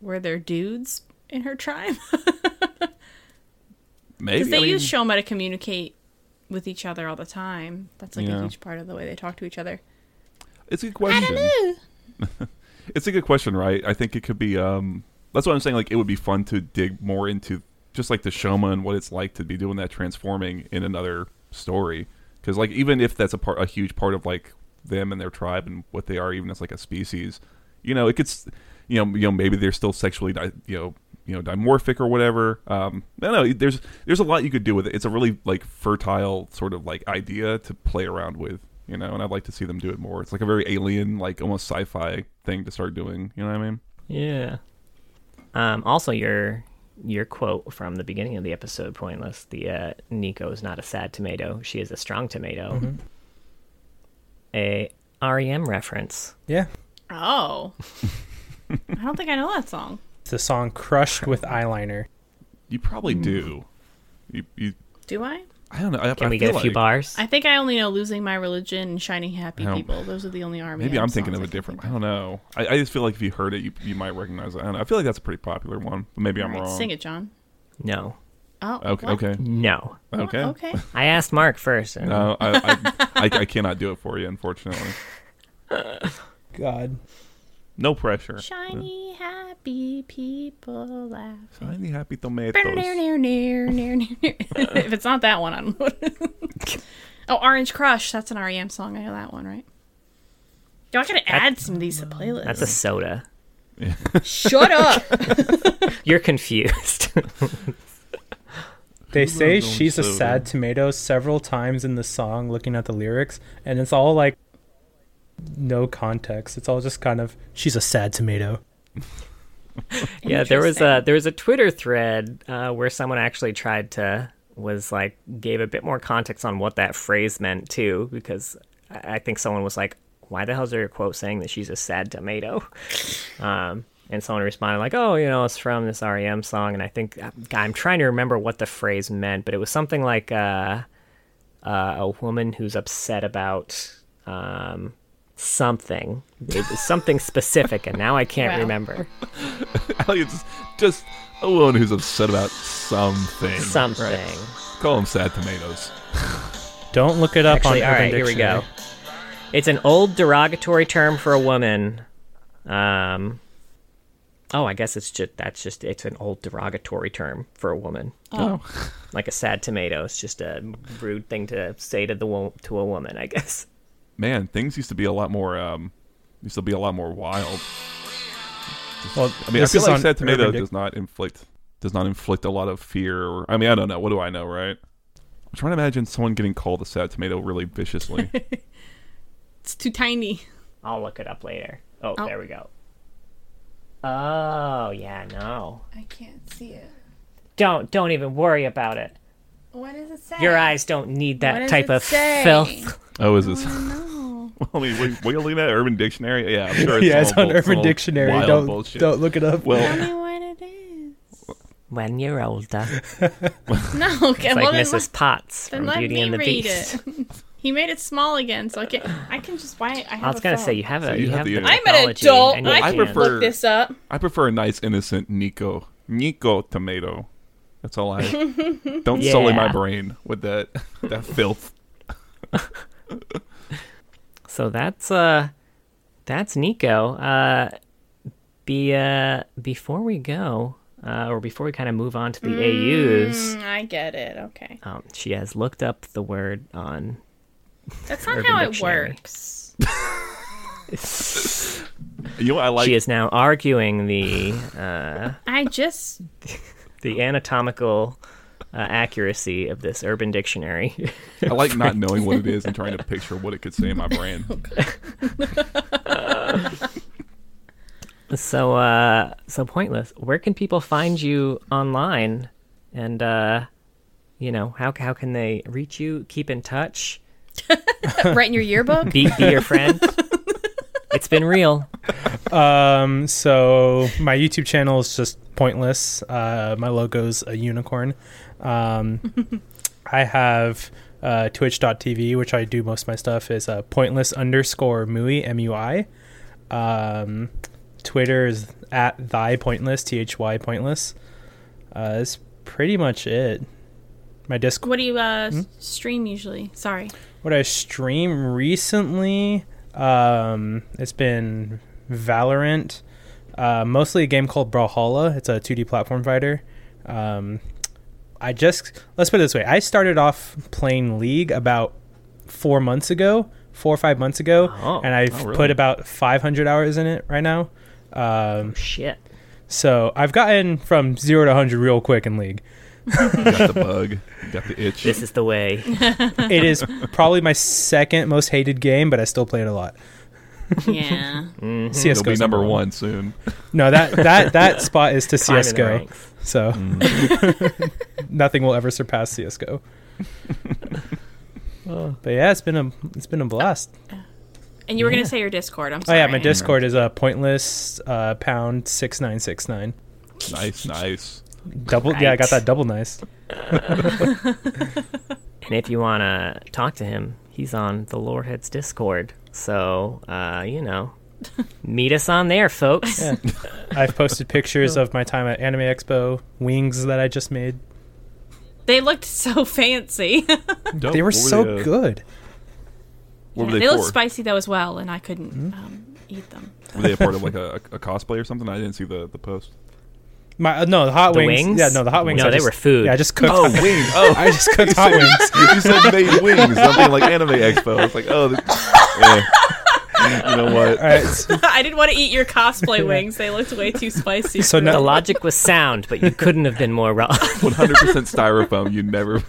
were there dudes in her tribe? maybe Because they I mean, use Shoma to communicate with each other all the time. That's like a Yeah. huge part of the way they talk to each other. It's a good question. *laughs* it's a good question, right? I think it could be. Um, that's what I'm saying. Like, it would be fun to dig more into just like the Shoma and what it's like to be doing that transforming in another story. Because like, even if that's a part, a huge part of like them and their tribe and what they are, even as like a species, you know, it gets, you know, you know, maybe they're still sexually, di- you know, you know, dimorphic or whatever. Um, I don't know. There's there's a lot you could do with it. It's a really like fertile sort of like idea to play around with, you know. And I'd like to see them do it more. It's like a very alien, like almost sci-fi thing to start doing. You know what I mean? Yeah. Um, also, your your quote from the beginning of the episode pointless. The uh, Nico is not a sad tomato; she is a strong tomato. Mm-hmm. A REM reference. Yeah. *laughs* Oh. I don't think I know that song. It's the song Crushed *laughs* with Eyeliner. You probably Hmm. do. You, you, Do I? I don't know. I, Can we get a few bars? I think I only know Losing My Religion and Shining Happy I don't- People. Those are the only army. Maybe M I'm thinking songs of a I can different. I think of. don't know. I, I just feel like if you heard it, you, you might recognize it. I don't know. I feel like that's a pretty popular one. But maybe I'm All right, wrong. Sing it, John. no, Oh. Okay. what? Okay. no. What? Okay. Okay. I asked Mark first. and- No, I, *laughs* I, I, I cannot do it for you, unfortunately. God. No pressure. Shiny happy people laugh. Shiny happy Near, tomatoes. *laughs* near, near, near, near. *laughs* If it's not that one, I don't know. oh, Orange Crush. That's an REM song. I know that one, right? Y'all gotta add some of these to playlists. That's a *laughs* soda. Shut up. You're confused. *laughs* They say knows she's a so, sad dude? tomato several times in the song, looking at the lyrics, and it's all like no context. It's all just kind of she's a sad tomato. yeah, there was a Interesting. there was a Twitter thread uh, where someone actually tried to was like gave a bit more context on what that phrase meant too, because I, I think someone was like, "Why the hell is there a quote saying that she's a sad tomato?" *laughs* Um, and someone responded like, "Oh, you know, it's from this REM song," and I think um, I'm trying to remember what the phrase meant, but it was something like uh, uh, a woman who's upset about. Um, something it was something specific and now i can't Wow. remember Elliot's just a woman who's upset about something. something Call them sad tomatoes. Don't look it up Actually, on all Urban right, here we Dictionary. go. It's an old derogatory term for a woman. Um, oh, I guess it's just that's just it's an old derogatory term for a woman, Oh. *laughs* like a sad tomato. It's just a rude thing to say to the wo- to a woman, I guess. *laughs* Man, things used to be a lot more. Um, used to be a lot more wild. Just- Well, I mean, I this feel is like on sad tomato Urban Dic- does not inflict does not inflict a lot of fear. Or, I mean, I don't know. What do I know, right? I'm trying to imagine someone getting called a sad tomato really *laughs* viciously. It's too tiny. I'll look it up later. Oh, Oh. there we go. Oh yeah, no. I can't see it. Don't don't even worry about it. What does it say? Your eyes don't need What that does it type of say? filth. oh, is this? *laughs* No. I mean, wait, were you looking at Urban Dictionary? Yeah, I'm sure. It's *laughs* Yeah, it's all on bull- Urban all Dictionary. wild Don't bullshit. don't look it up. Tell Well, me what it *laughs* is. When you're older, No. Okay. like well, then Mrs. Potts Then from let Beauty me and the read Beast. it. *laughs* he made it small again, so I can I can just why I have. I was a gonna phone. say you have a So you, have, the, I'm an technology adult. and you I can can- prefer- look this up. I prefer a nice, innocent Nico Nico tomato. That's all I. don't sully my Yeah. brain with that that filth. So that's uh, that's Nico. Uh, be uh, before we go, uh, or before we kind of move on to the AUs, Mm, I get it. Okay, um, she has looked up the word on. that's not Urban how it Dictionary. works. she You know, what I like. is now arguing the uh, I just the anatomical uh, accuracy of this Urban Dictionary. *laughs* I like not knowing what it is and trying to picture what it could say in my brain. So uh so pointless. Where can people find you online? And uh you know, how how can they reach you, keep in touch, *laughs* write in your yearbook. be be your friend? it's been real. Um, so my YouTube channel is just pointless. Uh, my logo's a unicorn. Um, I have uh, twitch.tv, which I do most of my stuff, is uh, pointless underscore mui, M U I. Um, Twitter is at thy pointless, T H Y pointless. Uh, that's pretty much it. My Discord. What do you uh, s- stream usually? Sorry, What I stream recently, um, it's been Valorant, uh, mostly a game called Brawlhalla. It's a 2D platform fighter. Um, I just let's put it this way: I started off playing League about four months ago, four or five months ago, Oh, and I've oh, really? put about 500 hours in it right now. Um, Oh, Shit. so I've gotten from zero to 100 real quick in League. You got the bug. You got the itch. This is the *laughs* way. *laughs* it is probably my second most hated game, but I still play it a lot. Yeah. Mm-hmm. It'll CS:GO be 's number one soon. No, that *laughs* that that spot is to Climbing the CS:GO. ranks. Mm. So *laughs* nothing will ever *laughs* surpass CS:GO. but yeah, it's been a it's been a blast. And you were gonna say your Discord. I'm Oh sorry. yeah, my Discord is a pointless uh, pound six nine six nine. Nice, nice. Double yeah, I Right. got that double nice. And if you want to talk to him, he's on the Loreheads Discord. So, uh, you know, meet us on there, folks. Yeah. I've *laughs* posted pictures of my time at Anime Expo, wings that I just made. They looked so *laughs* fancy. Oh, Dope. They were What so uh, good. What were they they, looked for? spicy though as well, and I couldn't um, eat them. *laughs* Were they a part of like a, a cosplay or something? I didn't see the, the post. My uh, no, the hot The wings. wings? Yeah, no, the hot wings. No, I they just- were food. Yeah, I *laughs* just cooked. Oh, wing. Oh, *laughs* I just cooked hot wings. *laughs* you said made wings, something like Anime Expo. It's like, *laughs* oh, this, yeah. you know what? All right, s- I didn't want to eat your cosplay wings. They looked way too spicy. So for now- The me. logic was sound, but you couldn't have been more wrong. *laughs* One hundred percent styrofoam. You never.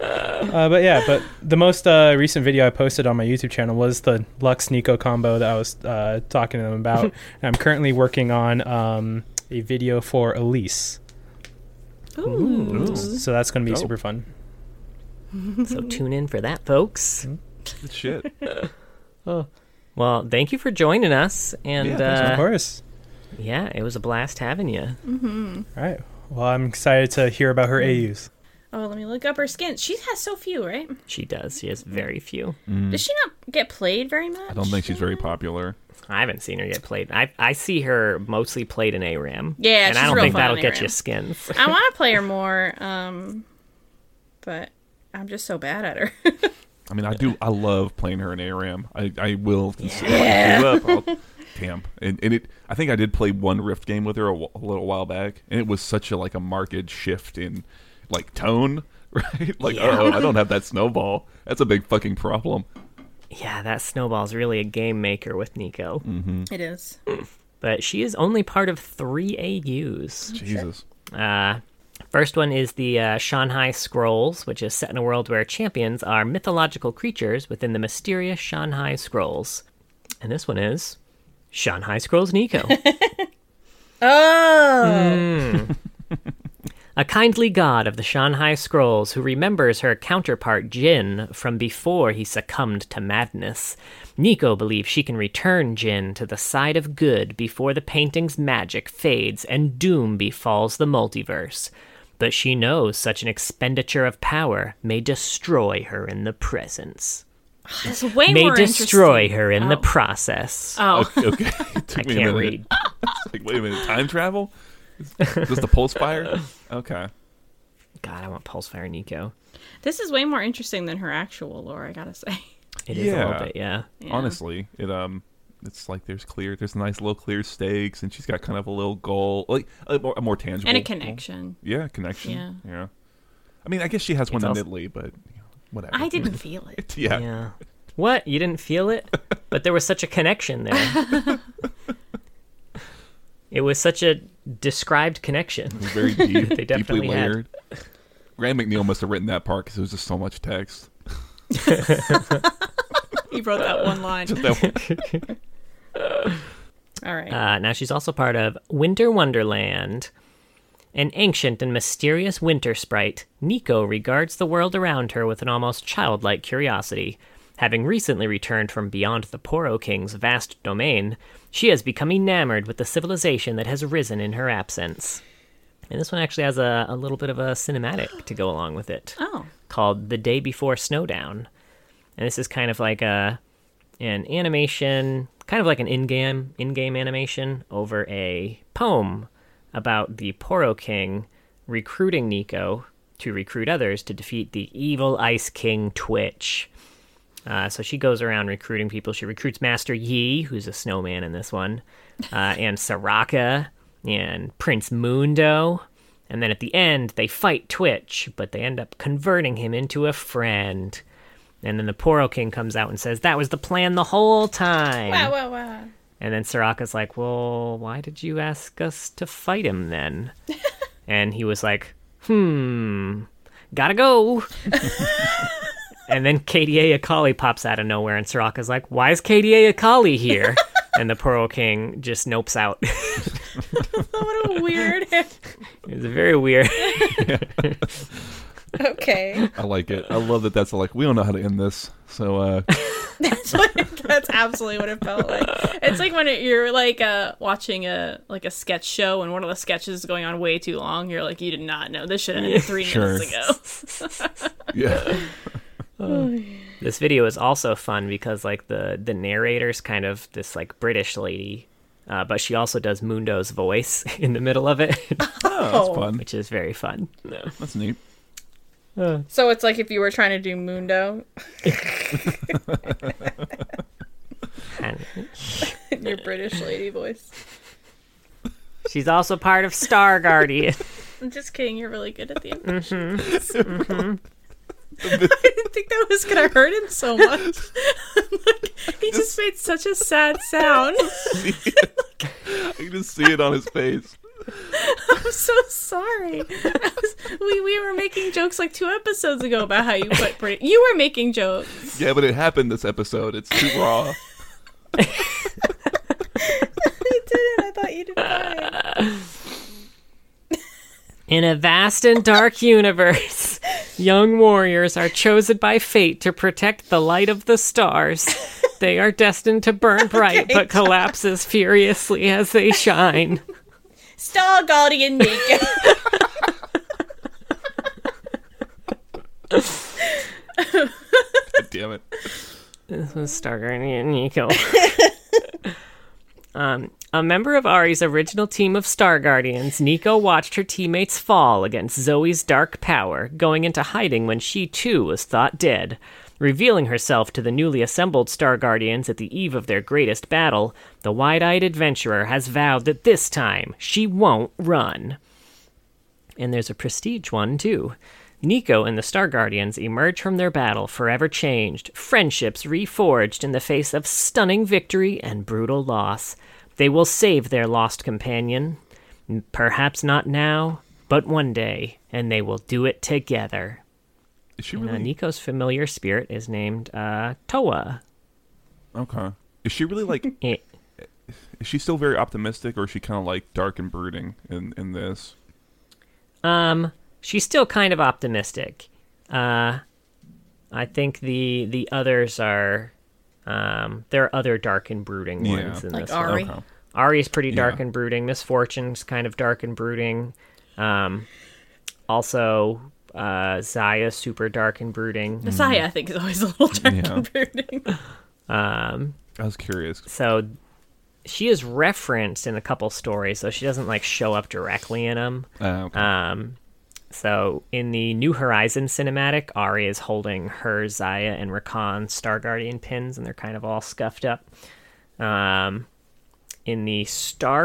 uh, but yeah, but the most uh, recent video I posted on my YouTube channel was the Lux Nico combo that I was uh, talking to them about. and I'm currently working on um, a video for Elise, Ooh. so that's going to be Dope. super fun. so tune in for that, folks. Shit. Well, thank you for joining us. And Yeah, yeah, of uh, course. yeah it was a blast having you. All right. Well, I'm excited to hear about her AUs. Oh, let me look up her skin. She has so few, right? She does. She has very few. Does she not get played very much? I don't think she's very popular. I haven't seen her get played. I I see her mostly played in ARAM. Yeah, and she's I don't real think fun that'll on get ARAM. you skins. I want to play her more, um, but I'm just so bad at her. *laughs* I mean, I do. I love playing her in ARAM. I, I will. Yeah. Up. I'll, damn. And, and it. I think I did play one Rift game with her a, wh- a little while back, and it was such a like a marked shift in like tone. *laughs* Right. Like, Yeah. oh, I don't have that snowball. That's a big fucking problem. yeah, that snowball's really a game maker with Nico. it is. But she is only part of three AUs. Jesus. Uh, first one is the uh, Shanghai Scrolls, which is set in a world where champions are mythological creatures within the mysterious Shanghai Scrolls. And this one is Shanghai Scrolls Nico. Oh, a kindly god of the Shanghai Scrolls who remembers her counterpart Jin from before he succumbed to madness. Nico believes she can return Jin to the side of good before the painting's magic fades and doom befalls the multiverse. But she knows such an expenditure of power may destroy her in the presence. it's way may more destroy interesting. her in the Oh. process. Oh, Okay. *laughs* It took I me can't a minute. read. *laughs* It's like, wait a minute, time travel? Is this the *laughs* pulse fire? Okay. God, I want Pulsefire Nico. this is way more interesting than her actual lore. I gotta say. *laughs* It is a Yeah. little bit, yeah. Honestly, it um, it's like there's clear, there's nice little clear stakes, and she's got kind of a little goal, like a more, a more tangible And a connection. Yeah, connection. Yeah. Yeah. I mean, I guess she has one also- in Italy, but you know, whatever. I didn't *laughs* feel it. Yeah. Yeah. What? You didn't feel it? But there was such a connection there. it was such a described connection. It's *laughs* very deep, They deeply definitely had. layered. Graham McNeil must have written that part because there was just so much text. You wrote that one line. Just that one. All right. Uh, now she's also part of Winter Wonderland. An ancient and mysterious winter sprite, Nico regards the world around her with an almost childlike curiosity. Having recently returned from beyond the Poro King's vast domain, she has become enamored with the civilization that has risen in her absence. And this one actually has a, a little bit of a cinematic to go along with it oh, called The Day Before Snowdown. And this is kind of like a an animation, kind of like an in-game in-game animation over a poem about the Poro King recruiting Nico to recruit others to defeat the evil Ice King Twitch. Uh, so she goes around recruiting people. She recruits Master Yi, who's a snowman in this one, uh, and Soraka and Prince Mundo. And then at the end, they fight Twitch, but they end up converting him into a friend. And then the Poro King comes out and says, That was the plan the whole time. wow, wow, wow. And then Soraka's like, Well, why did you ask us to fight *laughs* him then? and he was like, Hmm, gotta go. And then KDA Akali pops out of nowhere, and Soraka's like, Why is KDA Akali here? and the Pearl King just nopes out. *laughs* it what a weird. was very weird. *laughs* okay. I like it. I love that. That's like we don't know how to end this, so uh, *laughs* *laughs* That's, what it- that's absolutely what it felt like. It's like when it, you're like uh, watching a like a sketch show and one of the sketches is going on way too long. You're like, you did not know this should have ended three Sure. minutes ago. *laughs* yeah. This video is also fun because like the the narrator's kind of this like British lady, uh, but she also does Mundo's voice *laughs* in the middle of it, Oh. That's fun. which is very fun. No. That's neat. *laughs* So it's like if you were trying to do Mundo, *laughs* And in your British lady voice. she's also part of Star Guardian. I'm just kidding. You're really good at the impressions. *laughs* I didn't think that was gonna hurt him so much. *laughs* Like, he just made such a sad *laughs* sound. *laughs* I can just see it on his face. I'm so sorry. I was, we we were making jokes like two episodes ago about how you put British. You were making *laughs* jokes. Yeah, but it happened this episode. It's too raw. I did it. I thought you did fine. In a vast and dark universe, young warriors are chosen by fate to protect the light of the stars. They are destined to burn bright, but collapse as furiously as they shine. Star Guardian *laughs* Nico. God damn it. was Stargirl and Nico. *laughs* um, a member of Ari's original team of Star Guardians, Nico watched her teammates fall against Zoe's dark power, going into hiding when she too was thought dead. Revealing herself to the newly assembled Star Guardians at the eve of their greatest battle, the wide eyed adventurer has vowed that this time she won't run. And there's a prestige one, too. Nico and the Star Guardians emerge from their battle forever changed, friendships reforged in the face of stunning victory and brutal loss. They will save their lost companion. Perhaps not now, but one day, and they will do it together. Is she Now, really Nico's familiar spirit is named uh, Toa. okay? Is she really like? It, Is she still very optimistic, or is she kind of like dark and brooding in in this? Um, she's still kind of optimistic. Uh, I think the the others are. Um, there are other dark and brooding Yeah. ones in Like this. Ari. One. Sorry. Okay. Ari's pretty dark Yeah. and brooding. Misfortune's kind of dark and brooding. Um, also, uh, Zaya's super dark and brooding. Messiah, I think, is always a little dark Yeah. and brooding. Um, I was curious. so she is referenced in a couple stories, so she doesn't like show up directly in them. Uh, okay. Um, so in the New Horizons cinematic, Ari is holding her Zaya and Rakan Star Guardian pins, and they're kind of all scuffed up. Um, in the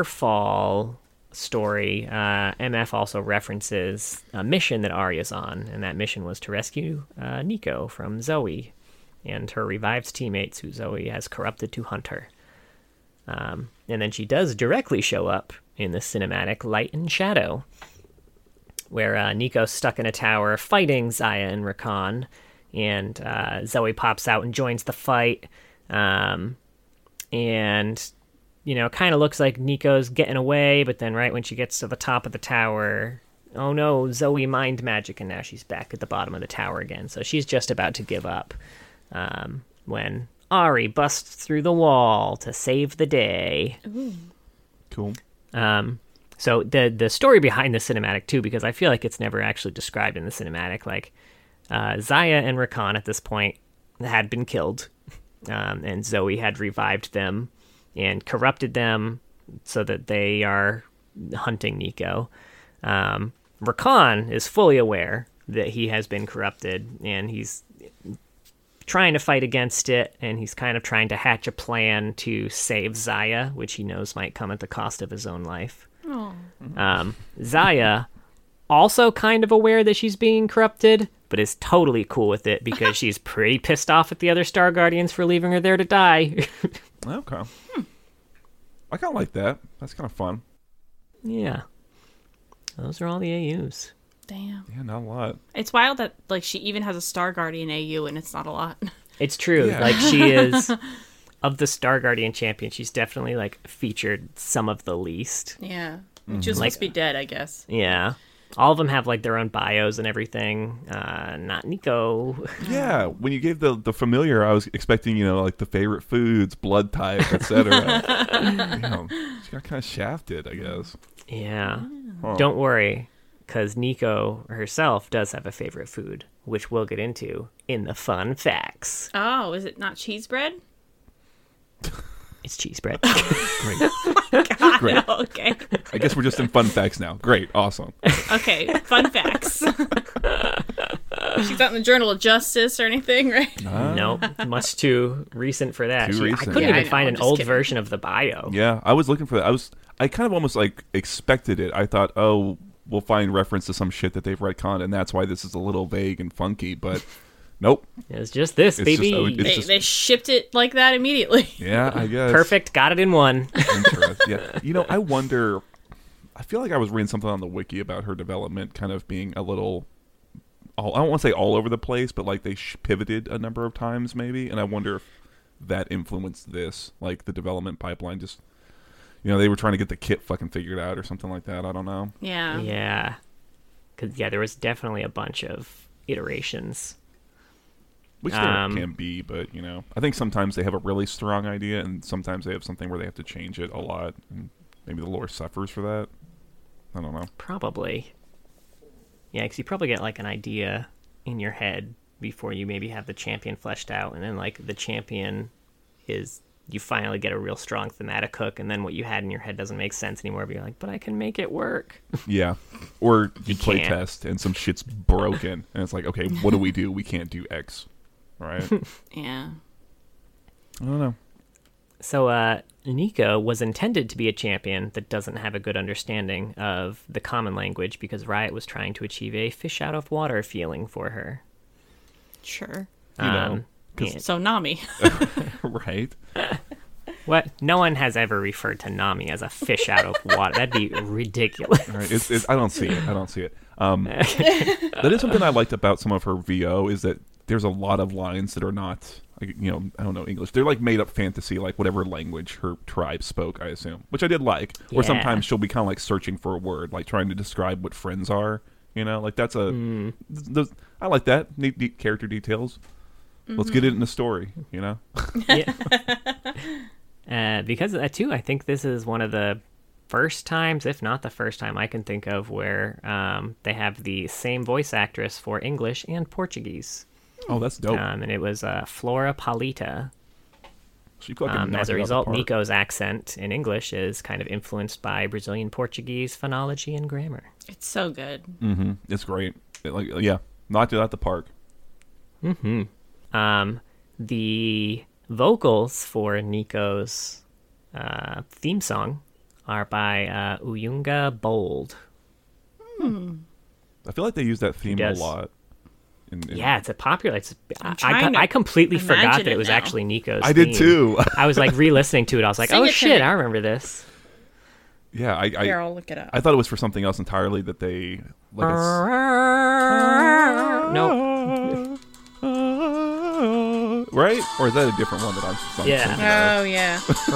Starfall story, uh, MF also references a mission that Ari is on, and that mission was to rescue uh, Nico from Zoe and her revived teammates, who Zoe has corrupted to hunt her. Um, and then she does directly show up in the cinematic Light and Shadow, where uh, Nico's stuck in a tower fighting Zaya and Rakan, and uh, Zoe pops out and joins the fight. Um, and you know, kind of looks like Nico's getting away, but then right when she gets to the top of the tower, oh no, Zoe mind magic, and now she's back at the bottom of the tower again. So she's just about to give up um, when Ari busts through the wall to save the day. cool. Um, so the the story behind the cinematic too, because I feel like it's never actually described in the cinematic. Like uh, Zaya and Rakan at this point had been killed, um, and Zoe had revived them and corrupted them so that they are hunting Nico. Um, Rakan is fully aware that he has been corrupted, and he's trying to fight against it, and he's kind of trying to hatch a plan to save Zaya, which he knows might come at the cost of his own life. Um, Zaya, also kind of aware that she's being corrupted, but is totally cool with it because she's pretty pissed off at the other Star Guardians for leaving her there to die. *laughs* Okay. I kind of like that. That's kind of fun. yeah. Those are all the AUs. Damn. Yeah, not a lot. It's wild that like she even has a Star Guardian AU and it's not a lot. It's true. Yeah. Like she is of the Star Guardian champion. She's definitely like featured some of the least. yeah. Mm-hmm. She was supposed to be dead, I guess. Yeah. All of them have like their own bios and everything. Uh, not Nico. *laughs* Yeah, when you gave the the familiar, I was expecting you know like the favorite foods, blood type, etc. Damn, she got kind of shafted, I guess. yeah. Huh. Don't worry, because Nico herself does have a favorite food, which we'll get into in the fun facts. Oh, is it not cheese bread? It's cheese *laughs* bread. Great. Great. Oh, *laughs* okay. I guess we're just in fun facts now. Great, awesome. Okay. Fun facts. *laughs* She's not in the Journal of Justice or anything, right? no, much too recent for that. Ah. Too She- I recent. couldn't Yeah, I even know, find I'm an just old kidding. version of the bio. Yeah, I was looking for that. I was I kind of almost like expected it. I thought, oh, we'll find reference to some shit that they've retconned, and that's why this is a little vague and funky. But *laughs* nope. It's just this, It's just- baby. oh, it's- They, they shipped it like that immediately. Yeah, I guess Perfect. Got it in one. *laughs* Uh-huh. Interest. Yeah, you know, I wonder. I feel like I was reading something on the wiki about her development, kind of being a little. All, I don't want to say all over the place, but like they sh- pivoted a number of times, maybe, and I wonder if that influenced this, like the development pipeline. Just you know, they were trying to get the kit fucking figured out or something like that. I don't know. *laughs* Yeah. yeah. Because, yeah, there was definitely a bunch of iterations. Which there Um, can be, but you know, I think sometimes they have a really strong idea, and sometimes they have something where they have to change it a lot, and maybe the lore suffers for that. I don't know. Probably. Yeah, because you probably get like an idea in your head before you maybe have the champion fleshed out, and then like the champion is you finally get a real strong thematic hook, and then what you had in your head doesn't make sense anymore. But you're like, but I can make it work. *laughs* Yeah, or You you, play can't. test, and some shit's broken, and it's like, okay, what do we do? We can't do X, right? *laughs* I Yeah. don't know. So, uh, Nika was intended to be a champion that doesn't have a good understanding of the common language because Riot was trying to achieve a fish out of water feeling for her. Um, Sure. You know, yeah. So Nami. *laughs* right? What? No one has ever referred to Nami as a fish out of water. That'd be ridiculous. All right. It's, it's, I don't see it. I don't see it. *laughs* Um, that is something I liked about some of her VO is that there's a lot of lines that are not, like, you know, I don't know English. They're like made up fantasy, like whatever language her tribe spoke, I assume, which I did like. Or Yeah. sometimes she'll be kind of like searching for a word, like trying to describe what friends are. You know, like that's a. Hmm. th- those- I like that neat, neat character details. Let's get it in the story. You know, Yeah. uh, because of that too, I think this is one of the first times, if not the first time, I can think of where um, they have the same voice actress for English and Portuguese, oh, that's *laughs* dope. um, and it was uh, Flora Palita. she fucking Um, knocked as a it out the result, park. Nico's accent in English is kind of influenced by Brazilian Portuguese phonology and grammar. It's so good. it's great. It, like, yeah, knocked it out the park. um, the vocals for Nico's uh, theme song are by uh, Uyunga Bold. I feel like they use that theme a does. lot. In, in- Yeah, it's a popular. It's I, I, trying to I completely imagine forgot that it it was now. actually Nico's. I did theme. too. *laughs* I was like re-listening to it. I was like, Sing oh it to shit, me. I *laughs* remember this. yeah, I Here, I, I'll look it up. I thought it was for something else entirely that they like. a s- no, *laughs* Right? Or is that a different one that I'm just I'm Yeah. thinking *laughs* of?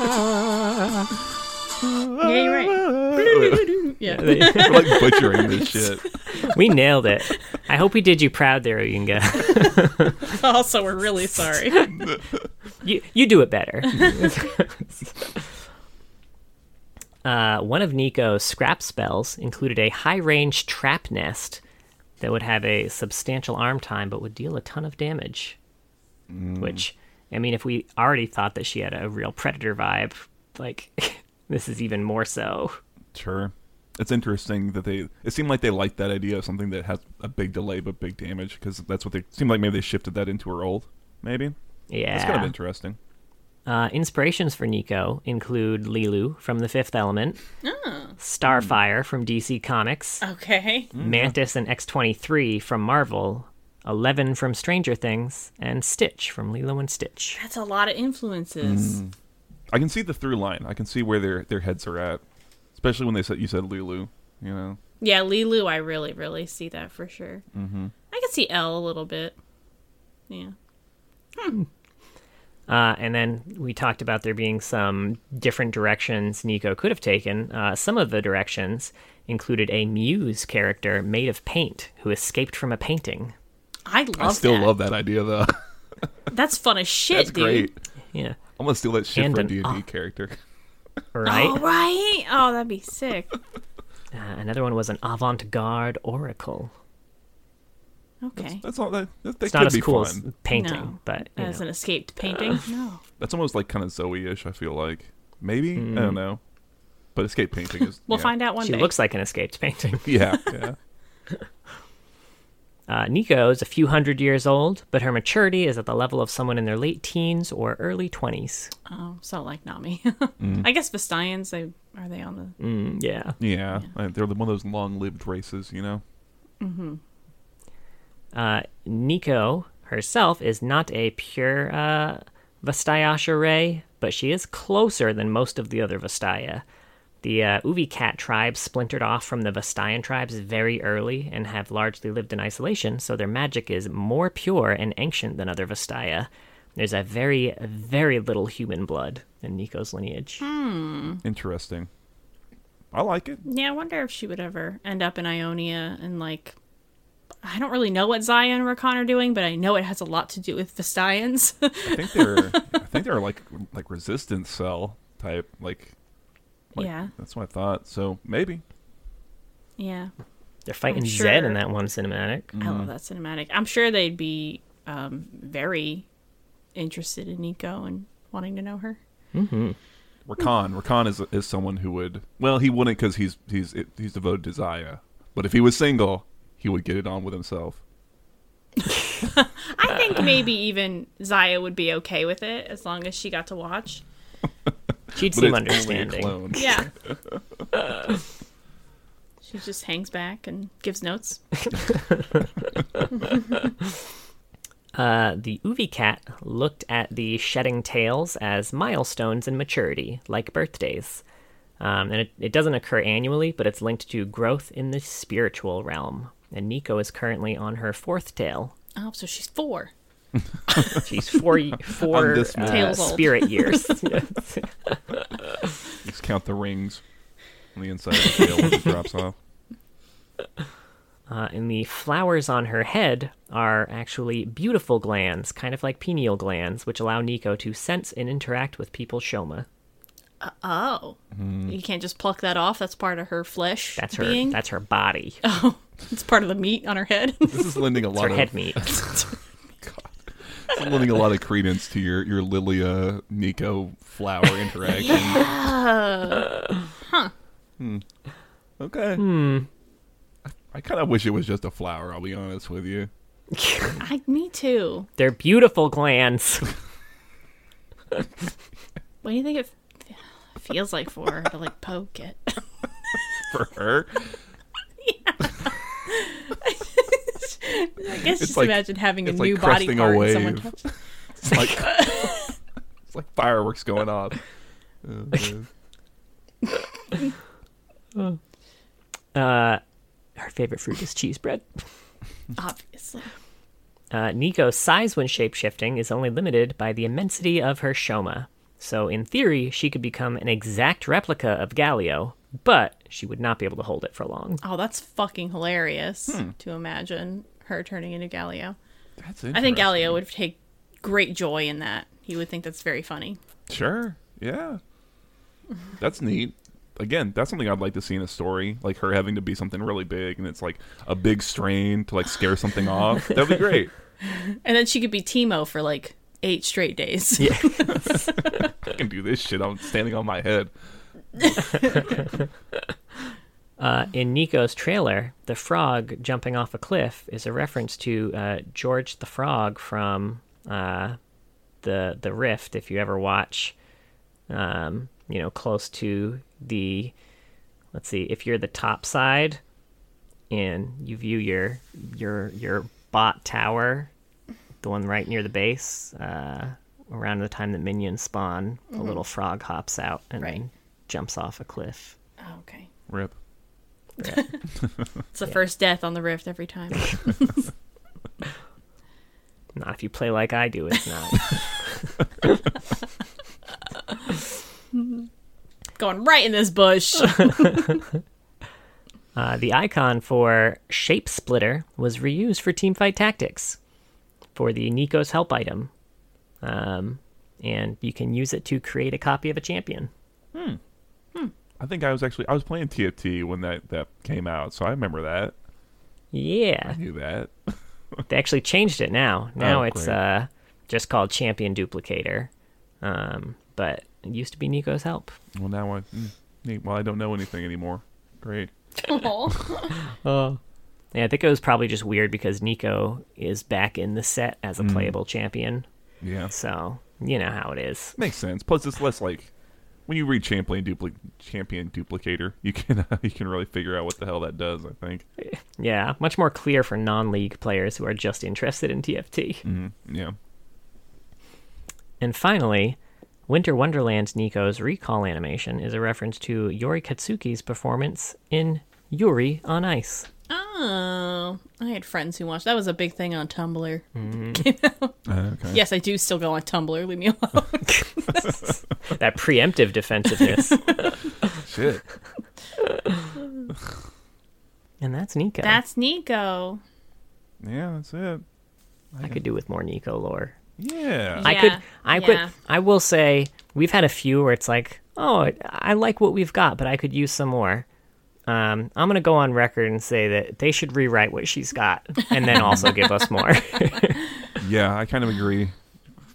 Oh *laughs* yeah. yeah, you're right. *laughs* Yeah. *laughs* We're like butchering this shit. we nailed *laughs* it. I hope we did you proud there, Uyunga. also, we're really sorry. *laughs* you you do it better. *laughs* uh, one of Nico's scrap spells included a high range trap nest that would have a substantial arm time but would deal a ton of damage. Which, I mean, if we already thought that she had a real predator vibe, like, *laughs* this is even more so. Sure. It's interesting that they. It seemed like they liked that idea of something that has a big delay but big damage because that's what they seemed like. Maybe they shifted that into her old. Maybe Yeah. it's kind of interesting. Uh, inspirations for Nico include Lilu from The Fifth Element, Starfire from DC Comics, Okay. Mm. Mantis and X23 from Marvel, Eleven from Stranger Things, and Stitch from Lilo and Stitch. That's a lot of Mm-hmm. influences. I can see the through line. I can see where their their heads are at, especially when they said you said Lulu. You know, Yeah, Lilu, I really, really see that for sure. Mm-hmm. I can see L a little bit. Yeah. Uh, and then we talked about there being some different directions Nico could have taken. Uh, some of the directions included a muse character made of paint who escaped from a painting. I love I still that. love that idea though. That's fun as shit, *laughs* That's dude. great. Yeah, I'm gonna steal that shit And for a an D&D op- character. *laughs* right. Oh, right? Oh, that'd be sick. Uh, another one was an avant-garde oracle. Okay. That's all. That, that, that It's could not as be cool fun. as painting, No. but you As know. an escaped painting? No. That's almost like kind of Zoe-ish. I feel like maybe I Mm. don't know, but escape painting is. We'll yeah. find out one she day. looks like an escaped *laughs* painting. Yeah, yeah. Uh, Nico is a few hundred years old, but her maturity is at the level of someone in their late teens or early 20s. Oh, so like Nami. *laughs* I guess Vestians, they are they on the Mm, yeah. Yeah, uh, they're one of those long-lived races, you know. Uh, Nico herself is not a pure uh, Vestayasha Ray, but she is closer than most of the other Vestaya. The uh, Uvi Cat tribe splintered off from the Vestayan tribes very early and have largely lived in isolation, so their magic is more pure and ancient than other Vestaya. There's a very, very little human blood in Nico's lineage. Mm. Interesting. I like it. Yeah, I wonder if she would ever end up in Ionia and like I don't really know what Zaya and Rakan are doing, but I know it has a lot to do with Vestians. I think they're. I think they're like like resistance cell type. Like, like, Yeah. That's what I thought. So maybe. *laughs* yeah. They're fighting sure. Zed in that one cinematic. Mm. I love that cinematic. I'm sure they'd be um, very interested in Nico and wanting to know her. Rakan. Rakan is is someone who would. Well, he wouldn't because he's he's he's devoted to Zaya. But if he was single, he would get it on with himself. I think maybe even Zaya would be okay with it as long as she got to watch. She'd But seem it's only a understanding. *laughs* clone. *laughs* Yeah. she just hangs back and gives notes. Uh, the Uvi Cat looked at the shedding tails as milestones in maturity, like birthdays. Um, and it, it doesn't occur annually, but it's linked to growth in the spiritual realm. And Nico is currently on her fourth tail. Oh, so she's four. *laughs* She's four y- four this uh, Tails old. *laughs* spirit years. *laughs* Just count the rings on the inside of the tail when it drops off. Uh, and the flowers on her head are actually beautiful glands, kind of like pineal glands, which allow Nico to sense and interact with people's shoma. Oh. Mm-hmm. You can't just pluck that off. That's part of her flesh That's her. being. That's her body. It's part of the meat on her *laughs* head. *laughs* This is lending a It's lot her of head meat. *laughs* this is lending a lot of credence to your your Lilia Nico *laughs* flower interaction. Oh, Hmm. Okay. Hmm. I, I kind of wish it was just a flower. I'll be honest with you. I, me too. They're beautiful glands. *laughs* What do you think it f- feels like for her to like poke it? For her, I guess just like- imagine having a it's like new body cresting a part and someone wave. touch it. it's *laughs* like it's like fireworks going off. Uh, uh, Uh, her favorite fruit is cheese bread. Obviously. Uh, Nico's size when shapeshifting is only limited by the immensity of her shoma. So, in theory, she could become an exact replica of Galio, but she would not be able to hold it for long. Oh, that's fucking hilarious Hmm. to imagine her turning into Galio. that's I think interesting. Galio would take great joy in that. He would think that's very funny. Sure. Yeah. That's neat. Again, that's something I'd like to see in a story, like her having to be something really big, and it's like a big strain to like scare something off. That'd be great. And then she could be Timo for like eight straight *laughs* days. Yeah. I can do this shit. I'm standing on my head. Uh, in Nico's trailer, the frog jumping off a cliff is a reference to uh, George the Frog from uh, the the Rift. If you ever watch, um, you know, close to the, let's see, if you're the top side, and you view your your your bot tower, the one right near the base, uh, around the time the minions spawn, a little frog hops out and Right. then jumps off a cliff. Oh, *laughs* okay. Rip. It's the first death on the rift every time. *laughs* Not if you play like I do, it's not. *laughs* Going right in this *laughs* bush. Uh, the icon for Shape Splitter was reused for Teamfight Tactics for the Nico's Help item. Um, and you can use it to create a copy of a champion. I think I was actually I was playing TFT when that that came out, so I remember that. Yeah. I knew that. They actually changed it now. Now Oh, it's great. uh, just called Champion Duplicator. Um, but it used to be Nico's Help. Well, now I mm, neat. well I don't know anything anymore. Great. Aw. Oh. Yeah, I think it was probably just weird because Nico is back in the set as a Mm. playable champion. Yeah, So, you know how it is. makes sense. Plus, it's less like when you read Champion Dupli- Champion Duplicator, you can *laughs* you can really figure out what the hell that does. I think. Yeah, much more clear for non league players who are just interested in TFT. Mm, yeah. And finally, Winter Wonderland's Nico's recall animation is a reference to Yori Katsuki's performance in Yuri on Ice. oh, I had friends who watched. That was a big thing on Tumblr. Hmm. Uh, okay. Yes, I do still go on Tumblr. Leave me *laughs* alone. That preemptive defensiveness. Shit. and that's Nico. That's Nico. *laughs* Yeah, that's it. I could do with more Nico lore. Yeah. I could Yeah, I could yeah. I will say we've had a few where it's like, "Oh, I like what we've got, but I could use some more." Um, I'm going to go on record and say that they should rewrite what she's got and then also give us *laughs* more. Yeah, I kind of agree.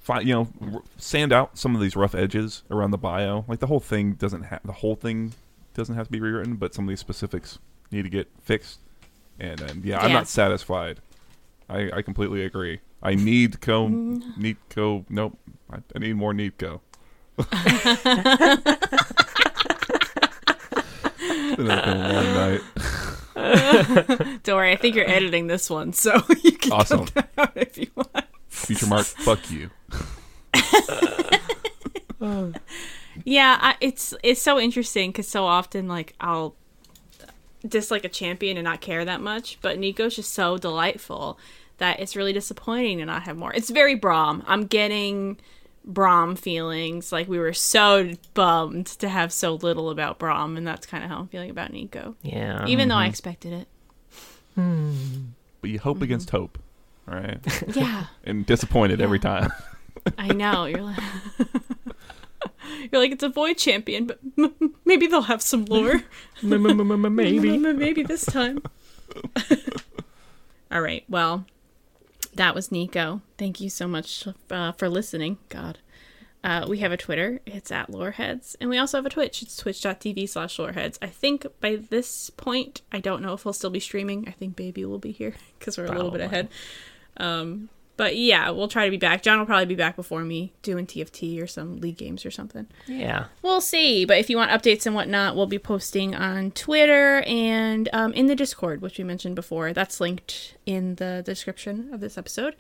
Fi you know, r- sand out some of these rough edges around the bio. Like the whole thing doesn't have the whole thing doesn't have to be rewritten, but some of these specifics need to get fixed. And um, yeah, I'm Yeah. not satisfied. I, I completely agree. I need co need co. Nope, I, I need more need co. *laughs* It's been a long night. Don't worry, I think you're editing this one, so *laughs* you can Awesome. cut that out if you want. Future Mark, fuck you. Yeah, I, it's it's so interesting because so often like I'll dislike a champion and not care that much, but Nico's just so delightful that it's really disappointing to not have more. It's very Brom. I'm getting Brom feelings. Like we were so bummed to have so little about Brom, and that's kind of how I'm feeling about Nico. yeah. Even though I expected it. But you hope against hope, all right? Yeah. And disappointed every time. I know. You're like, *laughs* you're like it's a void champion, but *laughs* m- m- maybe they'll have some lore. maybe. M- m- *laughs* maybe this time. *laughs* All right. Well, that was Nico. Thank you so much uh, for listening. God. Uh, we have a Twitter. It's at Loreheads. And we also have a Twitch. It's twitch.tv slash Loreheads. I think by this point, I don't know if we'll still be streaming. I think Baby will be here *laughs* because we're a little bit Probably. ahead. Um, but yeah, we'll try to be back. John will probably be back before me doing TFT or some league games or something. Yeah. We'll see. But if you want updates and whatnot, we'll be posting on Twitter and um, in the Discord, which we mentioned before. That's linked in the description of this episode.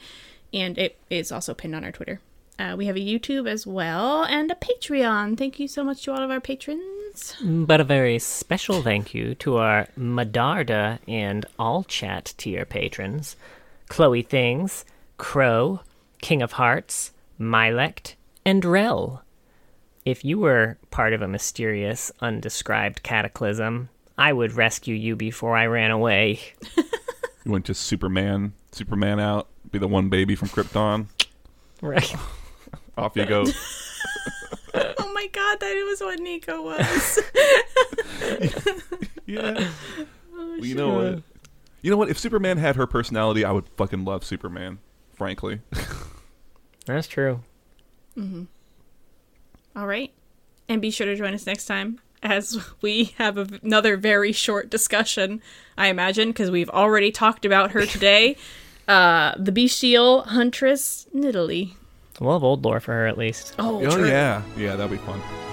And it is also pinned on our Twitter. Uh, we have a YouTube as well and a Patreon. Thank you so much to all of our patrons. But a very special thank you to our Madarda and All Chat tier patrons Chloe Things, Crow, King of Hearts, Mylect, and Rel. If you were part of a mysterious, undescribed cataclysm, I would rescue you before I ran away. You went to Superman, Superman out, be the one baby from Krypton. Right. *laughs* Off you go. Oh my god, that was what Nico was. yeah. Well, you know what? You know what? If Superman had her personality, I would fucking love Superman. Frankly, That's true. all right. And be sure to join us next time as we have a- another very short discussion, I imagine, because we've already talked about her today. uh, the bestial huntress, Nidalee. We'll have old lore for her at least. Oh, oh yeah, yeah, that'd be fun.